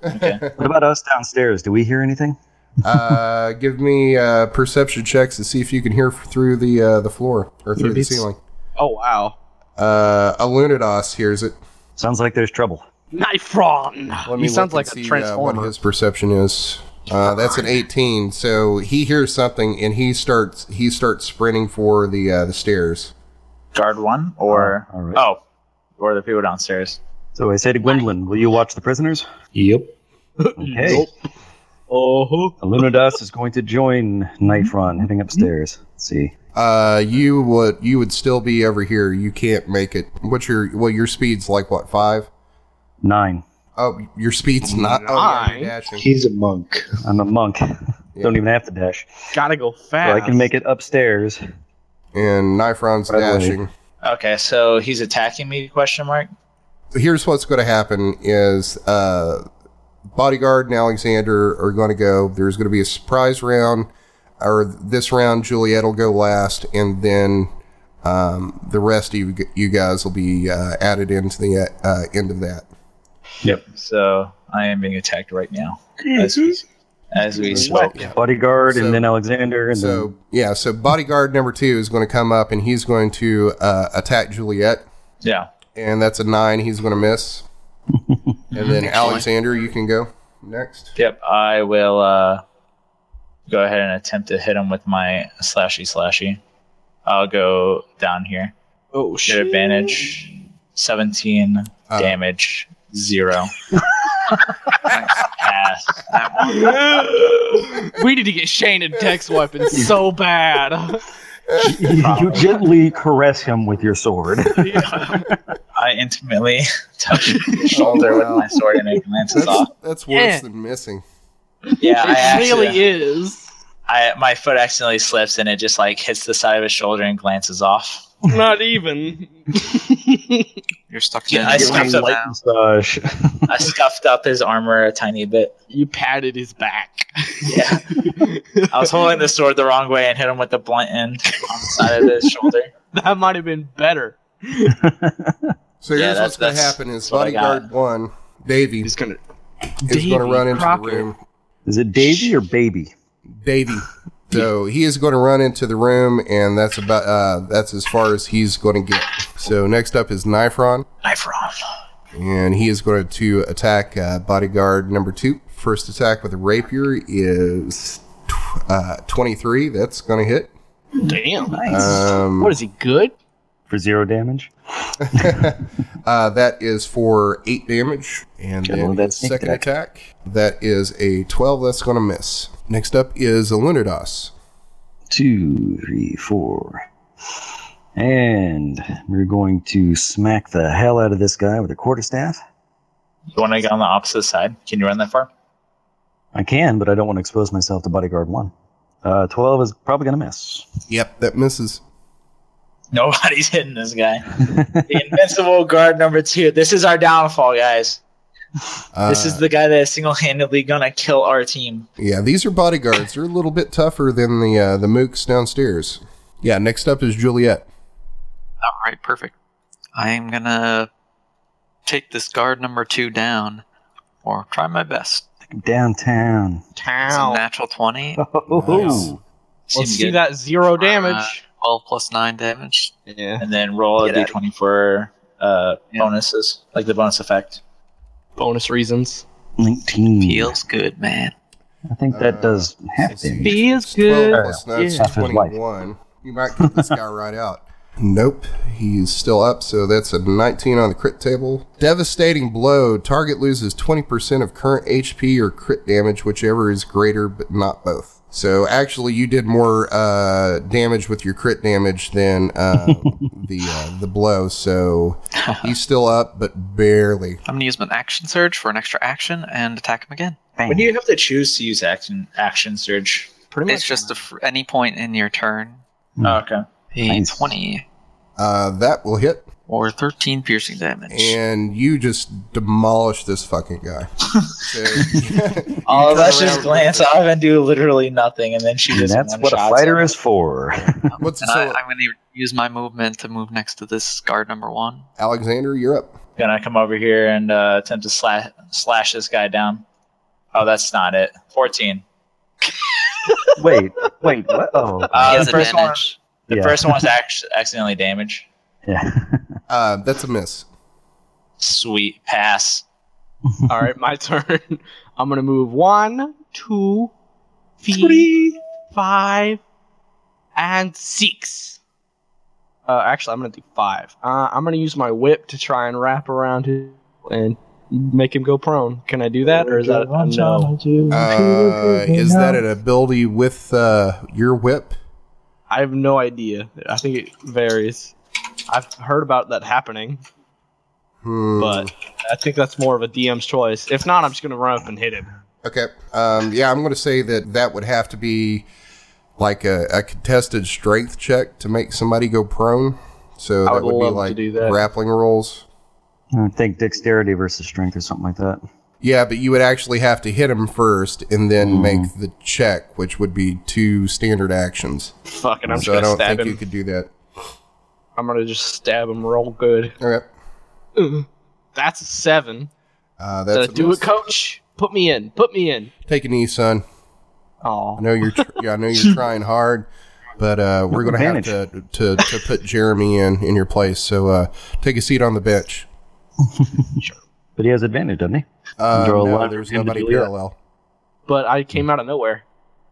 S6: What about us downstairs? Do we hear anything?
S1: uh, give me uh, perception checks to see if you can hear through the uh, the floor or through
S5: Maybe
S1: the
S5: it's-
S1: ceiling.
S5: Oh wow.
S1: Uh, Alunidos hears it.
S6: Sounds like there's trouble.
S1: Let
S5: Nifron.
S1: me
S5: he
S1: look
S5: sounds
S1: and
S5: like
S1: see,
S5: a
S1: uh,
S5: transformer.
S1: what his perception is. Uh, that's an 18. So he hears something and he starts he starts sprinting for the uh, the stairs.
S4: Guard one or
S6: All right.
S5: Uh-huh.
S4: oh, or the people downstairs.
S6: So I say to Gwendolyn, "Will you watch the prisoners?"
S3: Yep.
S6: Okay.
S5: oh,
S6: Alunidas is going to join Nifron, heading upstairs. Let's see.
S1: Uh, you would you would still be over here. You can't make it. What's your well your speed's like what five?
S6: Nine.
S1: Oh, your speed's not. Oh, yeah,
S5: Nine.
S1: you're dashing.
S3: He's a monk.
S6: I'm a monk. Don't even have to dash.
S5: gotta go
S6: So
S5: fast.
S6: I can make it upstairs.
S1: and Nifron's
S6: Right away.
S1: dashing.
S4: Okay, so he's attacking me? Question mark.
S1: here's what's going to happen is uh, bodyguard and alexander are going to go there's going to be a surprise round or this round juliet will go last and then um, the rest of you, g- you guys will be uh, added into the uh, end of that
S4: So I am being attacked right now. As we, as we spoke.
S6: Bodyguard
S1: So-
S6: and then Alexander and
S1: so yeah so bodyguard number two is going to come up and he's going to uh, attack juliet
S4: Yeah.
S1: and that's a nine he's going to miss and then alexander you can go next
S4: Yep. I will uh, go ahead and attempt to hit him with my slashy slashy. I'll go down here.
S5: oh
S4: Get
S5: shit! Uh-huh.
S4: advantage. Seventeen
S1: Uh,
S4: damage. Zero. Ass.
S5: we need to get Shane and Dex weapons so bad.
S6: then you gently caress him with your sword.
S4: I intimately touch his shoulder
S1: Oh,
S4: with
S1: wow.
S4: my sword and it glances
S1: that's,
S4: off.
S1: that's worse
S5: Yeah.
S1: than missing
S4: Yeah, I
S5: it really
S4: actually,
S5: is.
S4: I my foot accidentally slips and it just like hits the side of his shoulder and glances off.
S5: Not even.
S2: You're stuck
S4: Yeah,
S2: in.
S4: I scuffed up.
S6: Light massage.
S4: I scuffed up his armor a tiny bit.
S5: you patted his back.
S4: Yeah, I was holding the sword the wrong way and hit him with the blunt end on the side of his shoulder.
S5: That might have been better.
S1: So
S4: Yeah,
S1: here's
S4: that's-
S1: what's going to
S4: that's-
S1: happen: is
S4: that's what I
S1: bodyguard one, Davy,
S5: He's
S1: is
S5: gonna.
S1: going to run into
S5: Crockett.
S1: the room.
S6: Is it Davy or Baby?
S1: Davy, so he is going to run into the room, and that's about uh, that's as far as he's going to get. So next up is Nifron,
S4: Knife wrong.
S1: and he is going to attack uh, bodyguard number two. First attack with a rapier is tw- uh, twenty-three. That's going to hit.
S5: Damn.
S1: Um,
S5: What is he good?
S6: For zero damage?
S1: Uh, that is for eight damage, and
S6: Gotta
S1: then
S6: love that
S1: his
S6: sneak
S1: second attack. That is a twelve. That's going to miss. Next up is Alunidas.
S6: Two, three, four. And we're going to smack the hell out of this guy with a quarterstaff.
S4: You want to get on the opposite side? Can you run that far?
S6: I can, but I don't want to expose myself to bodyguard one. Uh, 12 is probably going to miss.
S1: Yep, that misses.
S4: Nobody's hitting this guy. The invincible guard number two. This is our downfall, guys.
S1: Uh,
S4: This is the guy that is single-handedly gonna kill our team.
S1: yeah. These are bodyguards. They're a little bit tougher than the uh, the mooks downstairs. Yeah. Next up is Juliet.
S2: All right, perfect. I am gonna take this guard number two down, or try my best.
S6: Downtown.
S2: It's a natural twenty.
S1: Nice.
S5: Let's
S4: Seemed
S5: see
S4: good.
S5: that zero damage.
S2: Uh, Twelve plus nine damage.
S5: yeah.
S4: And then roll a
S2: Get out of
S4: d20 for uh, bonuses, like the bonus effect.
S5: Bonus reasons.
S6: 19.
S2: Feels good, man.
S6: I think that
S1: Uh,
S6: does half
S1: Let's see.
S6: damage.
S5: Feels
S1: It's
S5: good.
S1: 12 plus nine, it's
S6: Yeah. Half his life.
S1: Twenty-one. You might get this guy right out. Nope, he's still up. So that's a 19 on the crit table. Devastating blow. Target loses 20% of current HP or crit damage, whichever is greater, but not both. So actually, you did more uh, damage with your crit damage than uh, the uh, the blow. So he's still up, but barely.
S2: I'm gonna use my action surge for an extra action and attack him again.
S6: Bang.
S4: When do you have to choose to use action action surge?
S5: Pretty
S2: It's just a fr- any point in your turn.
S6: Hmm.
S4: Oh, okay.
S2: A
S6: Nice.
S2: twenty
S1: Uh, that will hit,
S2: or thirteen piercing damage.
S1: and you just demolish this fucking guy. So,
S4: All of
S1: turn
S4: us just
S1: around-
S4: glance off and do literally nothing, and then she
S6: And
S4: just.
S6: that's what a fighter is for.
S1: What's
S2: and
S1: so,
S2: I, I'm gonna use my movement to move next to this guard number one.
S1: Alexander, you're up.
S4: Gonna come over here and uh, attempt to slash slash this guy down. Oh, that's not it. Fourteen.
S6: wait, wait, what? Oh,
S4: Uh,
S2: he
S4: the
S2: has
S4: first one.
S2: advantage.
S4: The
S6: yeah.
S4: first one was act- accidentally damaged.
S6: yeah.
S1: Uh, that's a miss.
S4: Sweet pass.
S5: All right, my turn. I'm gonna move one, two, three, five, and six. Uh, actually, I'm gonna do five. Uh, I'm gonna use my whip to try and wrap around him and make him go prone. Can I do that, or is that a no?
S1: Uh, is that an ability with uh, your whip?
S5: I have no idea. I think it varies. I've heard about that happening,
S1: Hmm.
S5: but I think that's more of a DM's choice. If not, I'm just gonna run up and hit him.
S1: Okay. Um, yeah, I'm going to say that that would have to be like a, a contested strength check to make somebody go prone. So
S5: I
S1: that
S5: would
S1: would be
S5: love to
S1: like
S5: do that.
S1: grappling rolls.
S6: I think dexterity versus strength or something like that.
S1: Yeah, but you would actually have to hit him first and then
S6: Hmm.
S1: make the check, which would be two standard actions.
S5: Fucking, I'm just
S1: so I
S5: gonna
S1: don't
S5: stab
S1: think
S5: him.
S1: you could do that.
S5: I'm gonna just stab him real good.
S1: Okay.
S5: That's a seven.
S1: Uh,
S5: Did I
S1: that's a
S5: do
S1: miss.
S5: it, coach? Put me in. Put me in.
S1: Take a knee, son. I
S5: Oh,
S1: know you're. Tr- yeah, I know you're trying hard, but uh, we're going to have to, to to put Jeremy in in your place. So uh, take a seat on the bench.
S6: But he has advantage, doesn't he?
S1: Uh,
S6: Draw a
S1: no,
S6: line
S1: there's
S6: for him to
S1: nobody
S6: do that.
S1: parallel.
S5: but I came out of nowhere.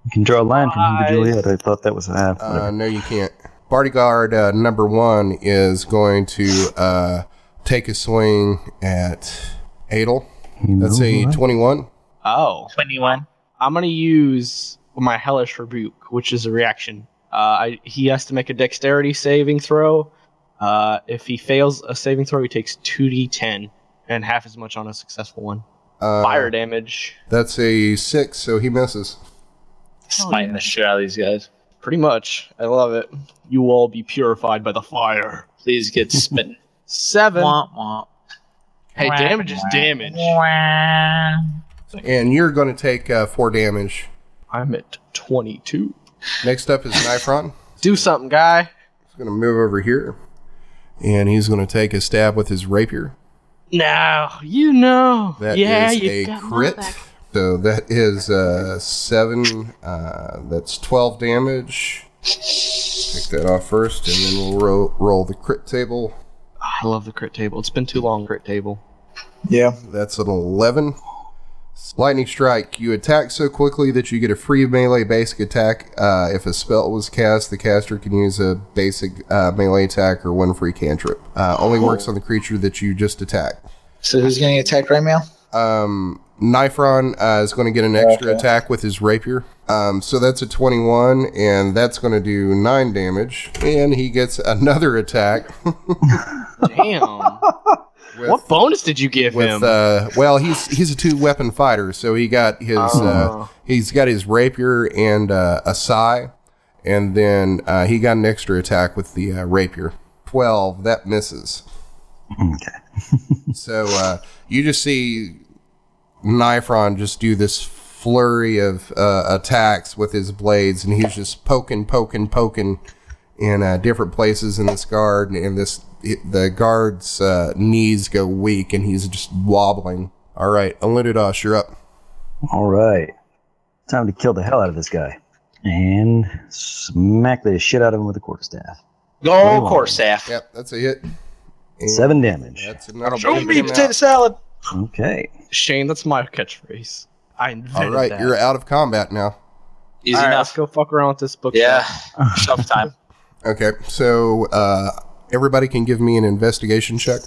S6: You can draw a line from him
S5: Five.
S6: to Juliet. I thought that was half.
S1: Uh, no, you can't. Bodyguard uh, number one is going to uh, take a swing at Adel. That's a twenty-one.
S5: Oh,
S4: Twenty-one.
S5: I'm gonna use my hellish rebuke, which is a reaction. Uh, I, he has to make a dexterity saving throw. Uh, if he fails a saving throw, he takes two d10 and half as much on a successful one.
S1: Uh,
S5: Fire damage,
S1: That's a six, so he misses.
S4: Smiting the shit out of these guys.
S5: pretty much. I love it. You will all be purified by the fire.
S4: Please get smitten.
S5: Seven.
S2: Womp womp.
S5: Hey, damage is damage.
S1: And you're going to take uh, four damage.
S5: I'm at 22.
S1: Next up is Nifron.
S5: Do something, guy.
S1: He's going to move over here, and he's going to take a stab with his rapier.
S5: No, you know.
S1: That is
S5: yeah, you
S1: a crit. So that is uh, seven. Uh, that's twelve damage. Take that off first, and then we'll ro- roll the crit table.
S5: I love the crit table. It's been too long, crit table.
S4: Yeah.
S1: That's an eleven. Lightning strike. You attack so quickly that you get a free melee basic attack. Uh, if a spell was cast, the caster can use a basic uh, melee attack or one free cantrip. Uh, only works on the creature that you just attacked.
S4: So who's getting attacked right now?
S1: Um, Nifron uh, is going to get an extra attack with his rapier. Um, so that's a 21, and that's going to do 9 damage. And he gets another attack.
S5: Damn.
S1: With,
S5: what bonus did you give
S1: with
S5: him?
S1: uh, well, he's he's a two weapon fighter, so he got his uh,
S5: Oh.
S1: he's got his rapier and uh, a sai, and then uh, he got an extra attack with the uh, rapier. 12, that misses.
S6: Okay.
S1: So uh, you just see Nifron just do this flurry of uh, attacks with his blades, and he's just poking, poking, poking in uh, different places in this guard, and this the guard's uh, knees go weak, and he's just wobbling. All right, Aludidosh, you're up.
S6: All right. Time to kill the hell out of this guy. And smack the shit out of him with a quarterstaff.
S4: Go
S6: Oh.
S4: Corsaff.
S1: Yep, that's a hit. And
S6: Seven damage.
S1: That's enough.
S4: Show
S1: to
S4: me
S1: take him
S4: potato
S1: out.
S4: salad.
S6: Okay.
S5: Shane, that's my catchphrase. I invented
S1: All right,
S5: that.
S1: you're out of combat now.
S4: Easy
S5: All right, let's
S4: enough.
S5: go fuck around with this book.
S4: Yeah. Shelf time.
S1: Okay, so uh, everybody can give me an investigation check.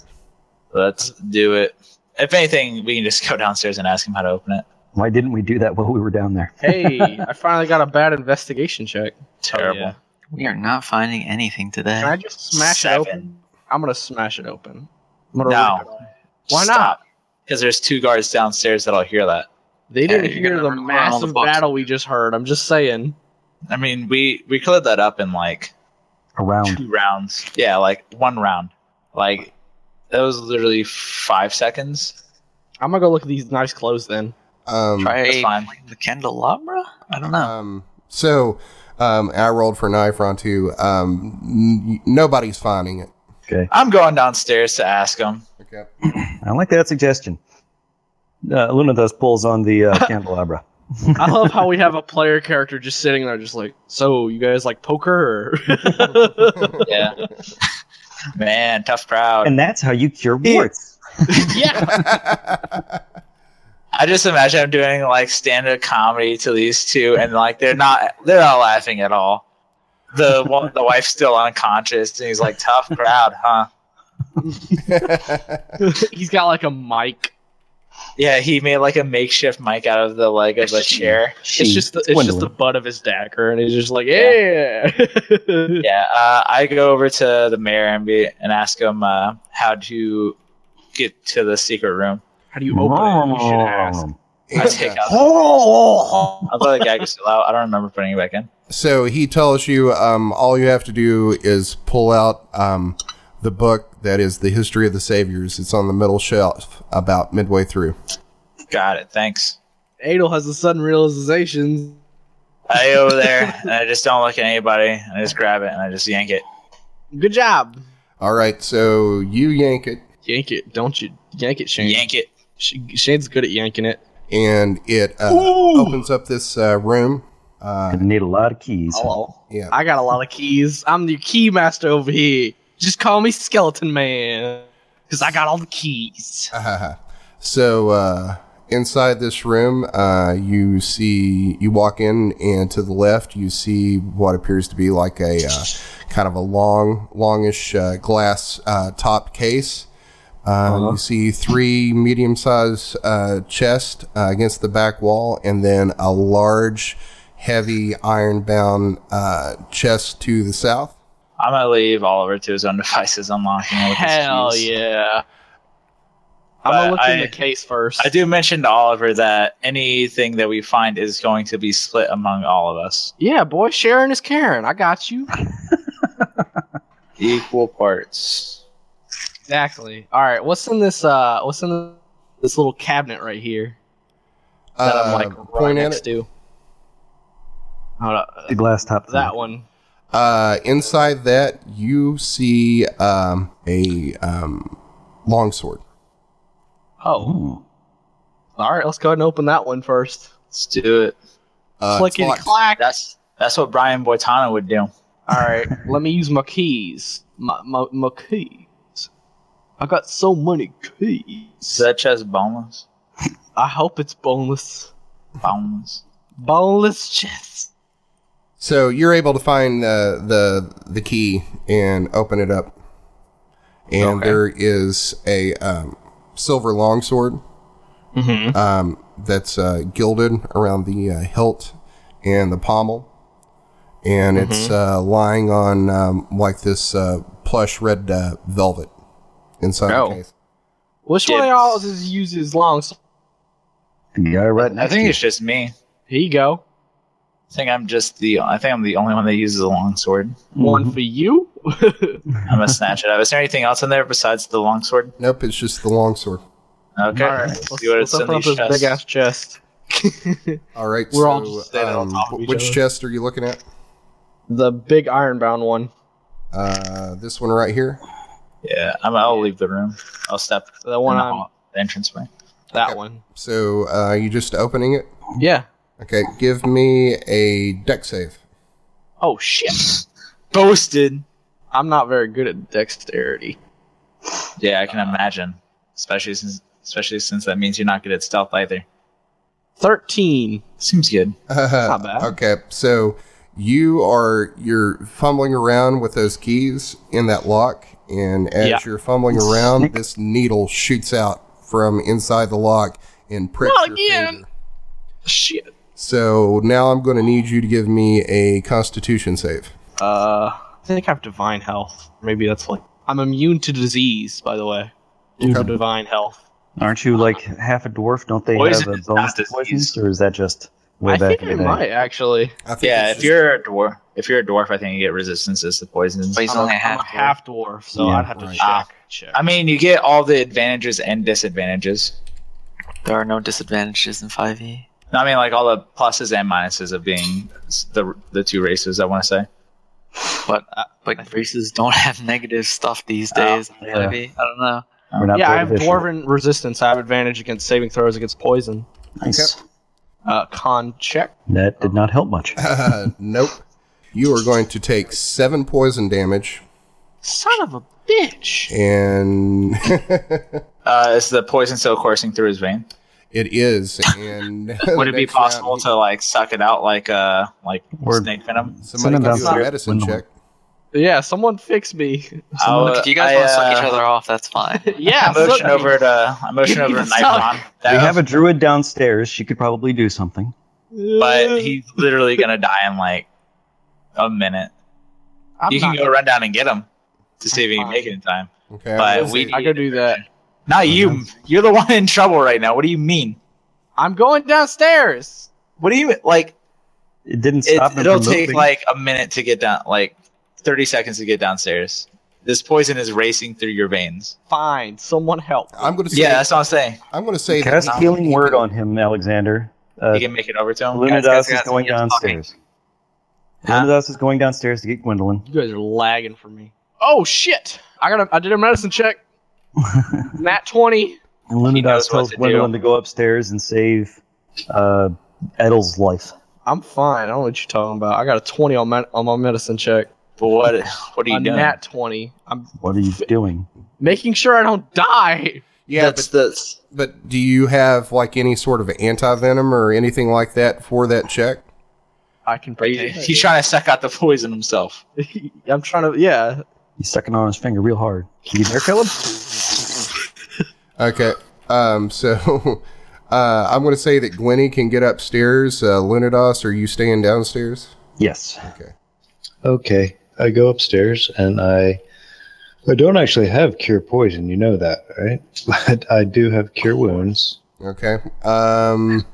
S4: Let's do it. If anything, we can just go downstairs and ask him how to open it.
S6: Why didn't we do that while we were down there?
S5: hey, I finally got a bad investigation check.
S4: Terrible.
S5: yeah.
S2: We are not finding anything today.
S5: Can I just smash
S4: Seven.
S5: it open? I'm gonna smash it open. I'm gonna
S4: No.
S5: rip it open. Why not?
S4: Because there's two guards downstairs that'll hear that.
S5: They didn't
S2: Hey, you're
S5: hear
S2: gonna
S5: the
S2: rip around all the
S5: massive
S2: books.
S5: battle we just heard. I'm just saying.
S4: I mean, we we cleared that up in like
S6: Around.
S4: two rounds. Yeah, like one round. Like that was literally five seconds.
S5: I'm gonna go look at these nice clothes then.
S1: Um,
S4: That's
S2: Try
S4: fine.
S2: the candelabra? I don't know.
S1: Um, so um, I rolled for Nifron too. Um, n- nobody's finding it.
S6: Okay.
S4: I'm going downstairs to ask him.
S1: Okay.
S6: I like that suggestion. Uh, Lunathus pulls on the uh, candelabra.
S5: I love how we have a player character just sitting there, just like, so you guys like poker? Or
S4: Yeah. Man, tough crowd.
S6: And that's how you cure warts.
S4: yeah. I just imagine I'm doing like stand up comedy to these two, and like they're not, they're not laughing at all. The one, the wife's still unconscious, and he's like, "Tough crowd, huh?"
S5: He's got like a mic.
S4: Yeah, he made like a makeshift mic out of the leg of a chair.
S5: It's just the, it's just the butt of his dagger, and he's just like, yeah.
S4: Yeah, uh, I go over to the mayor and be and ask him uh, how to get to the secret room.
S5: How do you open it? You should ask.
S4: I take out. I thought the gag was still out. I don't remember putting it back in.
S1: So he tells you um, all you have to do is pull out um, the book that is the history of the saviors. It's on the middle shelf, about midway through.
S4: Got it. Thanks.
S5: Adel has a sudden realization.
S4: I go over there and I just don't look at anybody. and I just grab it and I just yank it.
S5: Good job.
S1: All right, so you yank it,
S5: Yank it, don't you? Yank it, Shane.
S4: Yank it.
S5: Sh- Shane's good at yanking it.
S1: and it uh, opens up this uh, room. Uh,
S6: Gonna need a lot of keys.
S5: Hello.
S1: yeah,
S5: Oh, I got a lot of keys. I'm the key master over here. Just call me Skeleton Man, cause I got all the keys.
S1: So uh, inside this room, uh, you see you walk in, and to the left, you see what appears to be like a uh, kind of a long, longish uh, glass uh, top case. Uh, You see three medium-sized uh, chests uh, against the back wall, and then a large, heavy iron-bound uh, chest to the south.
S4: I'm gonna leave Oliver to his own devices, unlocking it with his
S5: Hell
S4: keys.
S5: yeah. I'm gonna
S4: But
S5: look in
S4: I-
S5: the case first.
S4: I do mention to Oliver that anything that we find is going to be split among all of us,
S5: Yeah, boy, Sharon is Karen. I got you.
S4: equal parts.
S5: exactly. All right, what's in this? Uh, what's in this little cabinet right here that I'm like
S1: Uh,
S5: right
S1: point at
S5: next
S1: it.
S5: to? Hold up.
S6: The glass top.
S5: That one.
S1: Uh, inside that, you see um, a um, longsword.
S5: Oh,
S6: Oh.
S5: all right. Let's go ahead and open that one first.
S4: Let's do it.
S1: Uh, it's
S5: Clickety
S1: locked.
S5: clack.
S4: That's that's what Brian Boitano would do.
S5: All right, let me use my keys. My, my, my keys. I got so many
S4: Is
S5: keys.
S4: that chest boneless?
S5: I hope it's boneless.
S4: Boneless.
S5: Boneless chest.
S1: So you're able to find uh, the the key and open it up, and
S4: Okay.
S1: there is a um, silver longsword
S5: Mm-hmm.
S1: um, that's uh, gilded around the uh, hilt and the pommel, and it's uh, lying on um, like this uh, plush red uh, velvet inside
S5: Oh.
S1: the case.
S5: Which one of y'all is uses long? s-
S6: The guy right
S4: I
S6: next
S4: think
S6: to
S4: it's just me.
S5: Here you go.
S4: I think I'm just the. I think I'm the only one that uses a long sword.
S6: you.
S5: One for you.
S4: I'm gonna snatch it up. Is there anything else in there besides the long sword?
S1: Nope, it's just the longsword.
S4: Okay.
S5: All right,
S4: Let's
S5: let's,
S4: see what
S5: let's
S4: it's in
S5: open up
S4: these
S5: this
S4: chests.
S5: big ass chest.
S1: All right,
S5: We're
S1: so,
S5: all just standing on
S1: um,
S5: top of each
S1: Which
S5: other.
S1: chest are you looking at?
S5: The big ironbound one.
S1: Uh, this one right here.
S4: Yeah, I'm, I'll leave the room. I'll step
S5: The one
S4: in the,
S5: on
S4: hall- the entrance way.
S5: that one.
S1: So uh, you just opening it.
S5: Yeah.
S1: Okay, give me a deck save.
S5: Oh shit.
S4: Boasted.
S5: I'm not very good at dexterity.
S4: Yeah, I can imagine. Especially since, especially since that means you're not good at stealth either.
S5: Thirteen.
S4: Seems good.
S5: not bad.
S1: Okay, so you are you're fumbling around with those keys in that lock, and as
S5: Yeah.
S1: you're fumbling around, this needle shoots out from inside the lock and pricks
S5: Not
S1: your
S5: again.
S1: finger.
S5: Shit.
S1: So now I'm going to need you to give me a Constitution save.
S5: Uh, I think I have divine health. Maybe that's like I'm immune to disease. By the way, due to
S1: Okay.
S5: divine health.
S6: Aren't you like half a dwarf? Don't they
S4: Poison
S6: have a
S4: is not
S6: bonus to
S4: disease.
S6: poisons, or is that just way
S5: I
S6: back
S5: think
S6: in
S5: I
S6: the day?
S5: might actually.
S1: I think
S4: Yeah,
S1: it's
S4: if
S1: just-
S4: you're a dwarf, if you're a dwarf, I think you get resistances to poisons.
S2: But he's
S5: I'm,
S2: only
S5: a,
S2: a
S5: I'm
S2: half.
S5: a half dwarf, so
S6: Yeah,
S5: I'd have to
S1: right.
S5: check.
S4: Ah.
S5: check.
S4: I mean, you get all the advantages and disadvantages.
S2: There are no disadvantages in E, 5e.
S4: No, I mean, like all the pluses and minuses of being s- the the two races. I want to say.
S2: But
S4: Uh,
S2: but races don't have negative stuff these days. in
S6: yeah.
S2: 5e. I don't know.
S6: We're not
S5: yeah, I have
S6: prohibition.
S5: dwarven resistance. I have advantage against saving throws against poison.
S6: Nice.
S5: Uh, con check.
S6: That did not help much.
S1: nope. You are going to take seven poison damage
S5: Son of a bitch.
S1: and
S4: Uh, is the poison still coursing through his vein?
S1: it is. And
S4: Would it be possible to like suck it out like uh like
S6: Word.
S4: snake venom?
S1: somebody
S6: Send
S1: can
S6: him
S1: do a
S6: downstairs.
S1: medicine check?
S5: Yeah, someone fix me.
S4: I'll,
S2: Look,
S4: uh,
S2: if you guys
S4: I,
S2: want to suck each
S4: uh,
S2: other off, that's fine.
S5: yeah,
S4: I motion
S5: suddenly.
S4: over to I motion over to
S2: Suck.
S4: Nifron. That-
S6: we have a druid downstairs. She could probably do something.
S5: Uh.
S4: but he's literally gonna die in like a minute.
S5: I'm
S4: you can
S5: not-
S4: go run down and get him to see if you can
S5: fine.
S4: make it in time.
S1: Okay. I'm
S4: But
S1: gonna
S4: we-
S1: say-
S5: I go do that. Oh,
S4: Not you. You're the one in trouble right now. What do you mean?
S5: I'm going downstairs.
S4: What do you like?
S6: It didn't stop
S4: It,
S6: them
S4: it'll
S6: from
S4: take
S6: moving.
S4: like a minute to get down, like thirty seconds to get downstairs. This poison is racing through your veins.
S5: Fine, someone help.
S1: I'm going to say.
S4: Yeah, that's what I'm saying.
S1: I'm going to say that
S6: Cast
S1: he-
S6: healing
S1: he
S6: word
S1: can-
S6: on him, Alexander. Uh,
S4: You can make it over to him.
S6: Lunadas
S2: Guys, guys,
S6: is
S2: guys,
S6: going
S2: you're talking.
S6: downstairs. Lunadas is going downstairs to get Gwendolyn.
S5: You guys are lagging for me. Oh shit! I got. to I did a medicine check. Nat twenty.
S6: And
S4: He knows
S6: Lunadas
S4: what
S6: tells
S4: to do.
S6: Gwendolyn to go upstairs and save uh, Edel's life.
S5: I'm fine. I don't know what you're talking about. I got a twenty on my on my medicine check.
S4: But what? What are you
S5: a
S4: doing?
S5: nat twenty. I'm
S6: What are you doing?
S5: making sure I don't die.
S1: Yeah,
S4: that's
S1: but,
S4: the.
S1: but do you have like any sort of anti venom or anything like that for that check?
S5: I can
S4: Are
S5: break.
S4: you, he's trying to suck out the poison himself.
S5: I'm trying to. Yeah.
S6: He's sucking on his finger real hard. You there, Caleb?
S1: Okay. Um, so uh, I'm going to say that Gwenny can get upstairs. Uh, Lunados, are you staying downstairs?
S6: Yes.
S3: Okay, I go upstairs and I. I don't actually have cure poison, you know that, right? But I do have cure wounds.
S1: Okay. Um,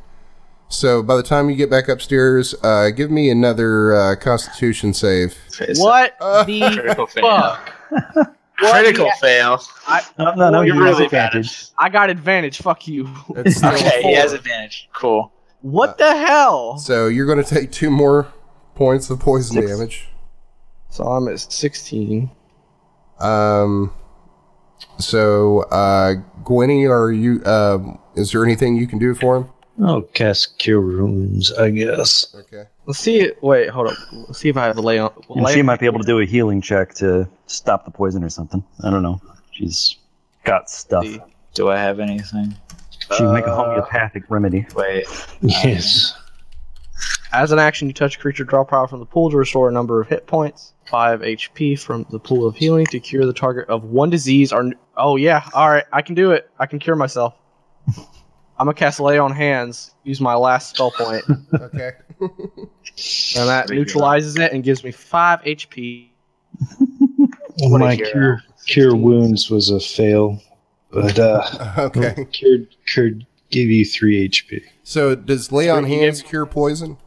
S1: so by the time you get back upstairs, uh, give me another uh, Constitution save.
S4: It's a
S5: what
S1: Uh,
S5: the
S4: Critical fail.
S5: fuck?
S4: Critical
S5: Yeah.
S4: fail.
S6: Oh, No, no, no.
S5: You're
S6: you have
S4: really bad at
S6: advantage.
S5: I got advantage. Fuck you.
S1: It's still
S4: Okay, he
S1: four.
S4: has advantage. Cool.
S5: What the hell?
S1: So you're going to take two more points of poison
S6: Six.
S1: damage.
S5: So I'm at sixteen.
S1: Um, so uh, Gwenny, are you? Um, is there anything you can do for him?
S3: I'll Oh, cast cure wounds, I guess.
S1: Okay.
S5: Let's see. it. Wait, hold up. Let's see if I have a lay on.
S6: And
S5: lay-
S6: she might be able to do a healing check to stop the poison or something. I don't know. She's got stuff.
S5: See.
S6: She
S4: Do I have anything?
S6: can make a
S5: Uh,
S6: homeopathic remedy.
S4: Wait.
S3: Yes.
S5: As an action, you touch a creature, draw power from the pool to restore a number of hit points, five HP from the pool of healing to cure the target of one disease. Or oh yeah, all right, I can do it. I can cure myself. I'm gonna cast Lay on Hands. Use my last spell point, and
S1: Okay.
S5: that neutralizes it and gives me five HP.
S3: Well, my
S5: Cure.
S3: cure, cure wounds was a fail, but uh,
S1: okay.
S3: cured cured gave you three HP.
S1: So does lay on hands cure poison?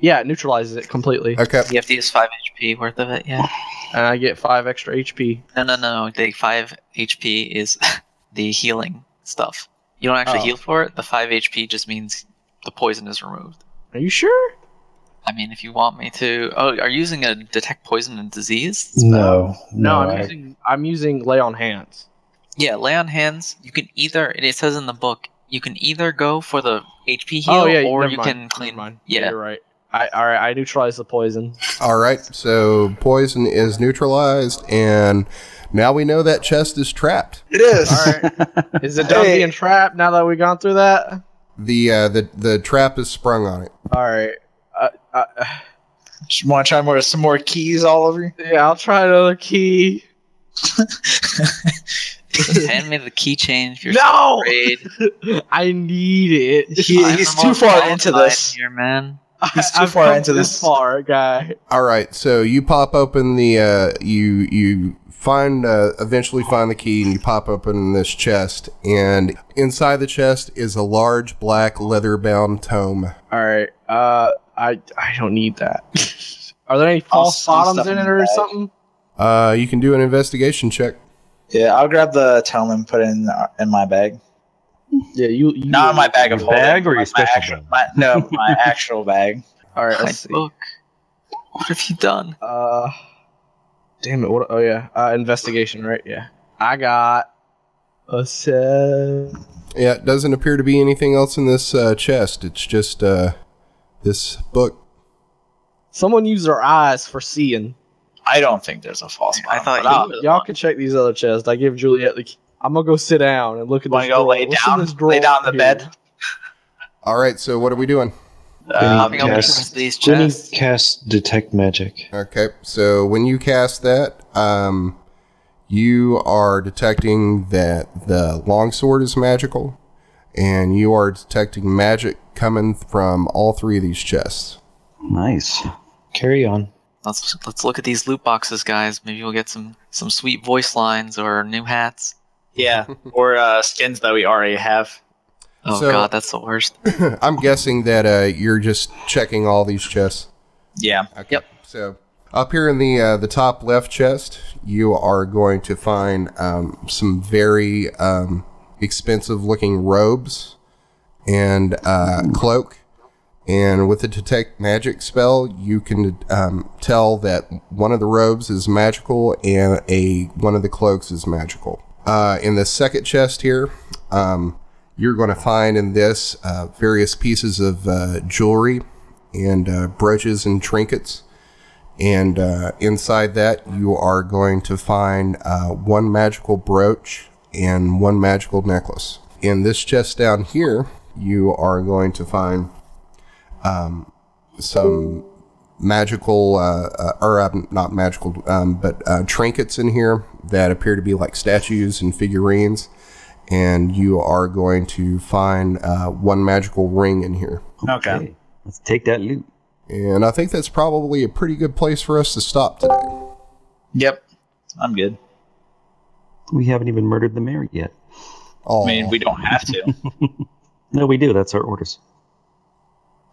S5: Yeah, it neutralizes it completely,
S1: Okay.
S2: You have to use 5 HP worth of it, yeah.
S5: and I get five extra HP.
S2: No, no, no. The 5 HP is the healing stuff. You don't actually
S5: Oh.
S2: heal for it. The 5 HP just means the poison is removed.
S5: Are you sure?
S2: I mean, if you want me to. Oh, are you using a detect poison and disease?
S3: No,
S5: No,
S3: no,
S5: I'm
S3: I,
S5: using I'm using Lay on Hands.
S2: Yeah, lay on hands. You can either, and it says in the book, you can either go for the HP heal
S5: oh yeah,
S2: or
S5: never
S2: you
S5: mind,
S2: can clean.
S5: Never mind.
S2: Yeah.
S5: you're right. I all right. I neutralize the poison.
S1: All right. So poison is neutralized, and now we know that chest is trapped.
S4: It is.
S5: Is it done
S4: Hey.
S5: being trapped now that we've gone through that?
S1: The uh, the the trap is sprung on it.
S5: All right. Uh, uh,
S4: Want to try more some more keys all over?
S5: yeah, I'll try another key.
S2: Just hand me the key change. You're
S5: No!
S2: afraid.
S5: I need it.
S4: He,
S2: I'm
S4: he's
S2: the
S4: too
S2: most
S4: far
S2: qualified
S4: into this.
S2: here, man.
S4: He's too
S5: I've
S4: far
S5: come
S4: into this.
S5: far, guy.
S1: All right. So you pop open the uh, you you find uh, eventually find the key, and you pop open this chest, and inside the chest is a large black leather bound tome.
S5: All right. Uh, I I don't need that. Are there any false
S4: I'll- I'll
S5: bottoms
S4: stuff
S5: in
S4: it
S5: it
S4: in
S5: or
S4: the bag.
S5: something?
S1: Uh, you can do an investigation check.
S4: Yeah, I'll grab the tome and put it in uh, in my bag.
S5: Yeah, you. you
S4: Not in my bag of
S6: Your
S4: holding.
S6: bag or
S4: my-
S6: your
S4: my
S6: special
S4: actual-
S6: bag?
S4: my- no, my actual bag.
S5: All right.
S2: My
S5: Let's see.
S2: book. What have you done?
S5: Uh, damn it. What? Oh yeah. Uh, investigation. Right. Yeah. I got a seven.
S1: Yeah, it doesn't appear to be anything else in this uh, chest. It's just uh, this book.
S5: Someone use their eyes for seeing.
S4: I don't think there's a false bottom.
S2: I thought
S4: but uh, I'll-
S2: you-
S5: Y'all can check these other chests. I give Juliet the. Key. I'm gonna go sit down and look at.
S4: Wanna
S5: this
S4: go
S5: drawer.
S4: lay
S5: What's in
S4: down?
S5: this
S4: Lay
S5: drawer
S4: down on the
S5: here?
S4: bed?
S1: All right, so what are we doing?
S4: Um,
S2: Popping open
S3: yes.
S2: some of these
S3: Jenny
S2: chests.
S3: cast detect magic.
S1: Okay, so when you cast that, um, you are detecting that the longsword is magical, and you are detecting magic coming from all three of these chests.
S6: Nice.
S3: Carry on.
S2: Let's let's look at these loot boxes, guys. Maybe we'll get some some sweet voice lines or new hats.
S4: yeah, or uh, skins that we already have.
S2: Oh
S1: So-
S2: god, that's the worst.
S1: I'm guessing that uh, you're just checking all these chests.
S4: Yeah,
S1: Okay. Yep. So up here in the uh, the top left chest, you are going to find um, some very um, expensive looking robes and uh, cloak. And with the detect magic spell, you can um, tell that one of the robes is magical and a one of the cloaks is magical. Uh, in the second chest here, um, you're going to find in this uh, various pieces of uh, jewelry and uh, brooches and trinkets. And uh, inside that, you are going to find uh, one magical brooch and one magical necklace. In this chest down here, you are going to find um, some magical, uh, uh, or uh, not magical, um, but uh, trinkets in here that appear to be like statues and figurines. And you are going to find uh, one magical ring in here.
S4: Okay.
S6: Hey, let's take that loot.
S1: And I think that's probably a pretty good place for us to stop today.
S4: Yep. I'm good.
S6: We haven't even murdered the mayor yet.
S1: Oh,
S4: I mean, we don't have to.
S6: No, we do. That's our orders.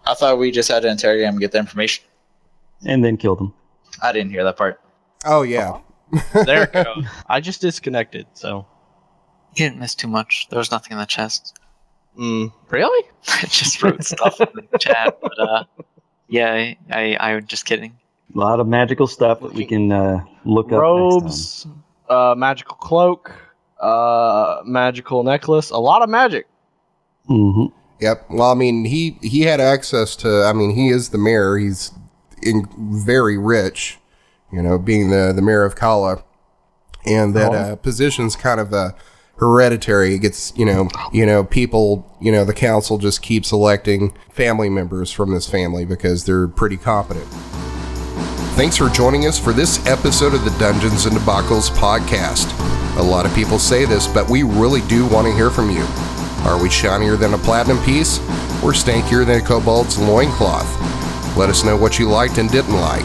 S4: I thought we just had to interrogate him and get the information.
S6: And then kill them.
S4: I didn't hear that part.
S1: oh yeah.
S5: There it goes. I just disconnected. So.
S2: You didn't miss too much. There was nothing in the chest.
S5: Mm, really?
S2: I just wrote stuff in the chat, but uh, yeah, I, I I was just kidding.
S6: A lot of magical stuff that we can uh, look up. Next
S5: Robes, uh, magical cloak, uh, magical necklace. A lot of magic.
S6: time. Mhm.
S1: Yep. Well, I mean, he he had access to. I mean, he is the mayor. He's in very rich, you know, being the the mayor of Kala, and that
S4: Oh.
S1: uh, position's kind of a hereditary. It gets you know you know people you know the council just keeps electing family members from this family because they're pretty competent. Thanks for joining us for this episode of the Dungeons and Debacles podcast. A lot of people say this, but we really do want to hear from you. Are we shinier than a platinum piece or stankier than a kobold's loincloth? Let us know what you liked and didn't like.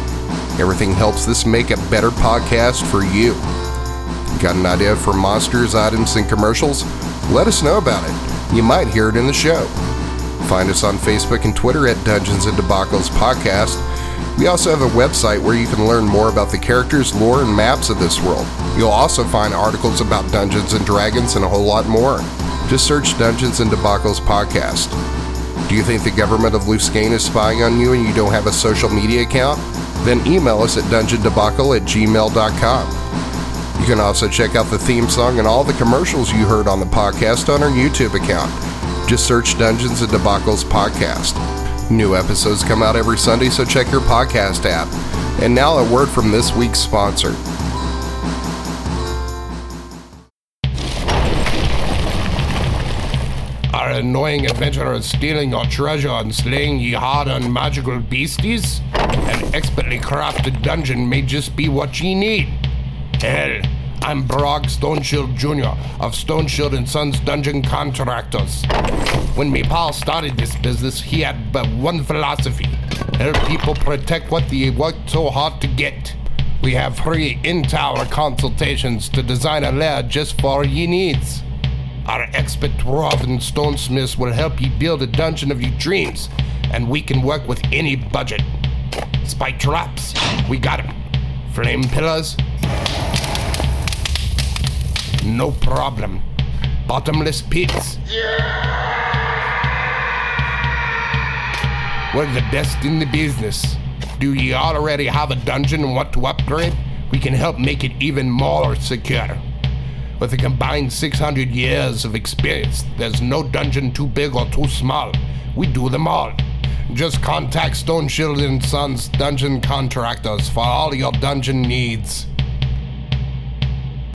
S1: Everything helps this make a better podcast for you. Got an idea for monsters, items, and commercials? Let us know about it. You might hear it in the show. Find us on Facebook and Twitter at Dungeons and Debacles Podcast. We also have a website where you can learn more about the characters, lore, and maps of this world. You'll also find articles about Dungeons and Dragons and a whole lot more. Just search Dungeons and Debacles Podcast. Do you think the government of Luskane is spying on you and you don't have a social media account? Then email us at dungeondebacle at gmail.com. You can also check out the theme song and all the commercials you heard on the podcast on our YouTube account. Just search Dungeons and Debacles Podcast. New episodes come out every Sunday, so check your podcast app. And now a word from this week's sponsor. Are annoying adventurers stealing your treasure and slaying ye hard-earned magical beasties? An expertly crafted dungeon may just be what ye need. Hell, I'm Brog Stoneshield Jr. of Stoneshield and Sons Dungeon Contractors. When me pal started this business, he had but one philosophy help people protect what they worked so hard to get. We have free in tower consultations to design a lair just for ye needs. Our expert dwarf and stonesmiths will help you build a dungeon of your dreams, and we can work with any budget. Spike traps, we got 'em. Flame pillars, no problem. Bottomless pits. We're the best in the business. Do ye already have a dungeon and want to upgrade? We can help make it even more secure. With a combined 600 years of experience, there's no dungeon too big or too small. We do them all.
S7: Just contact Stone Shield and Sons Dungeon Contractors for all your dungeon needs.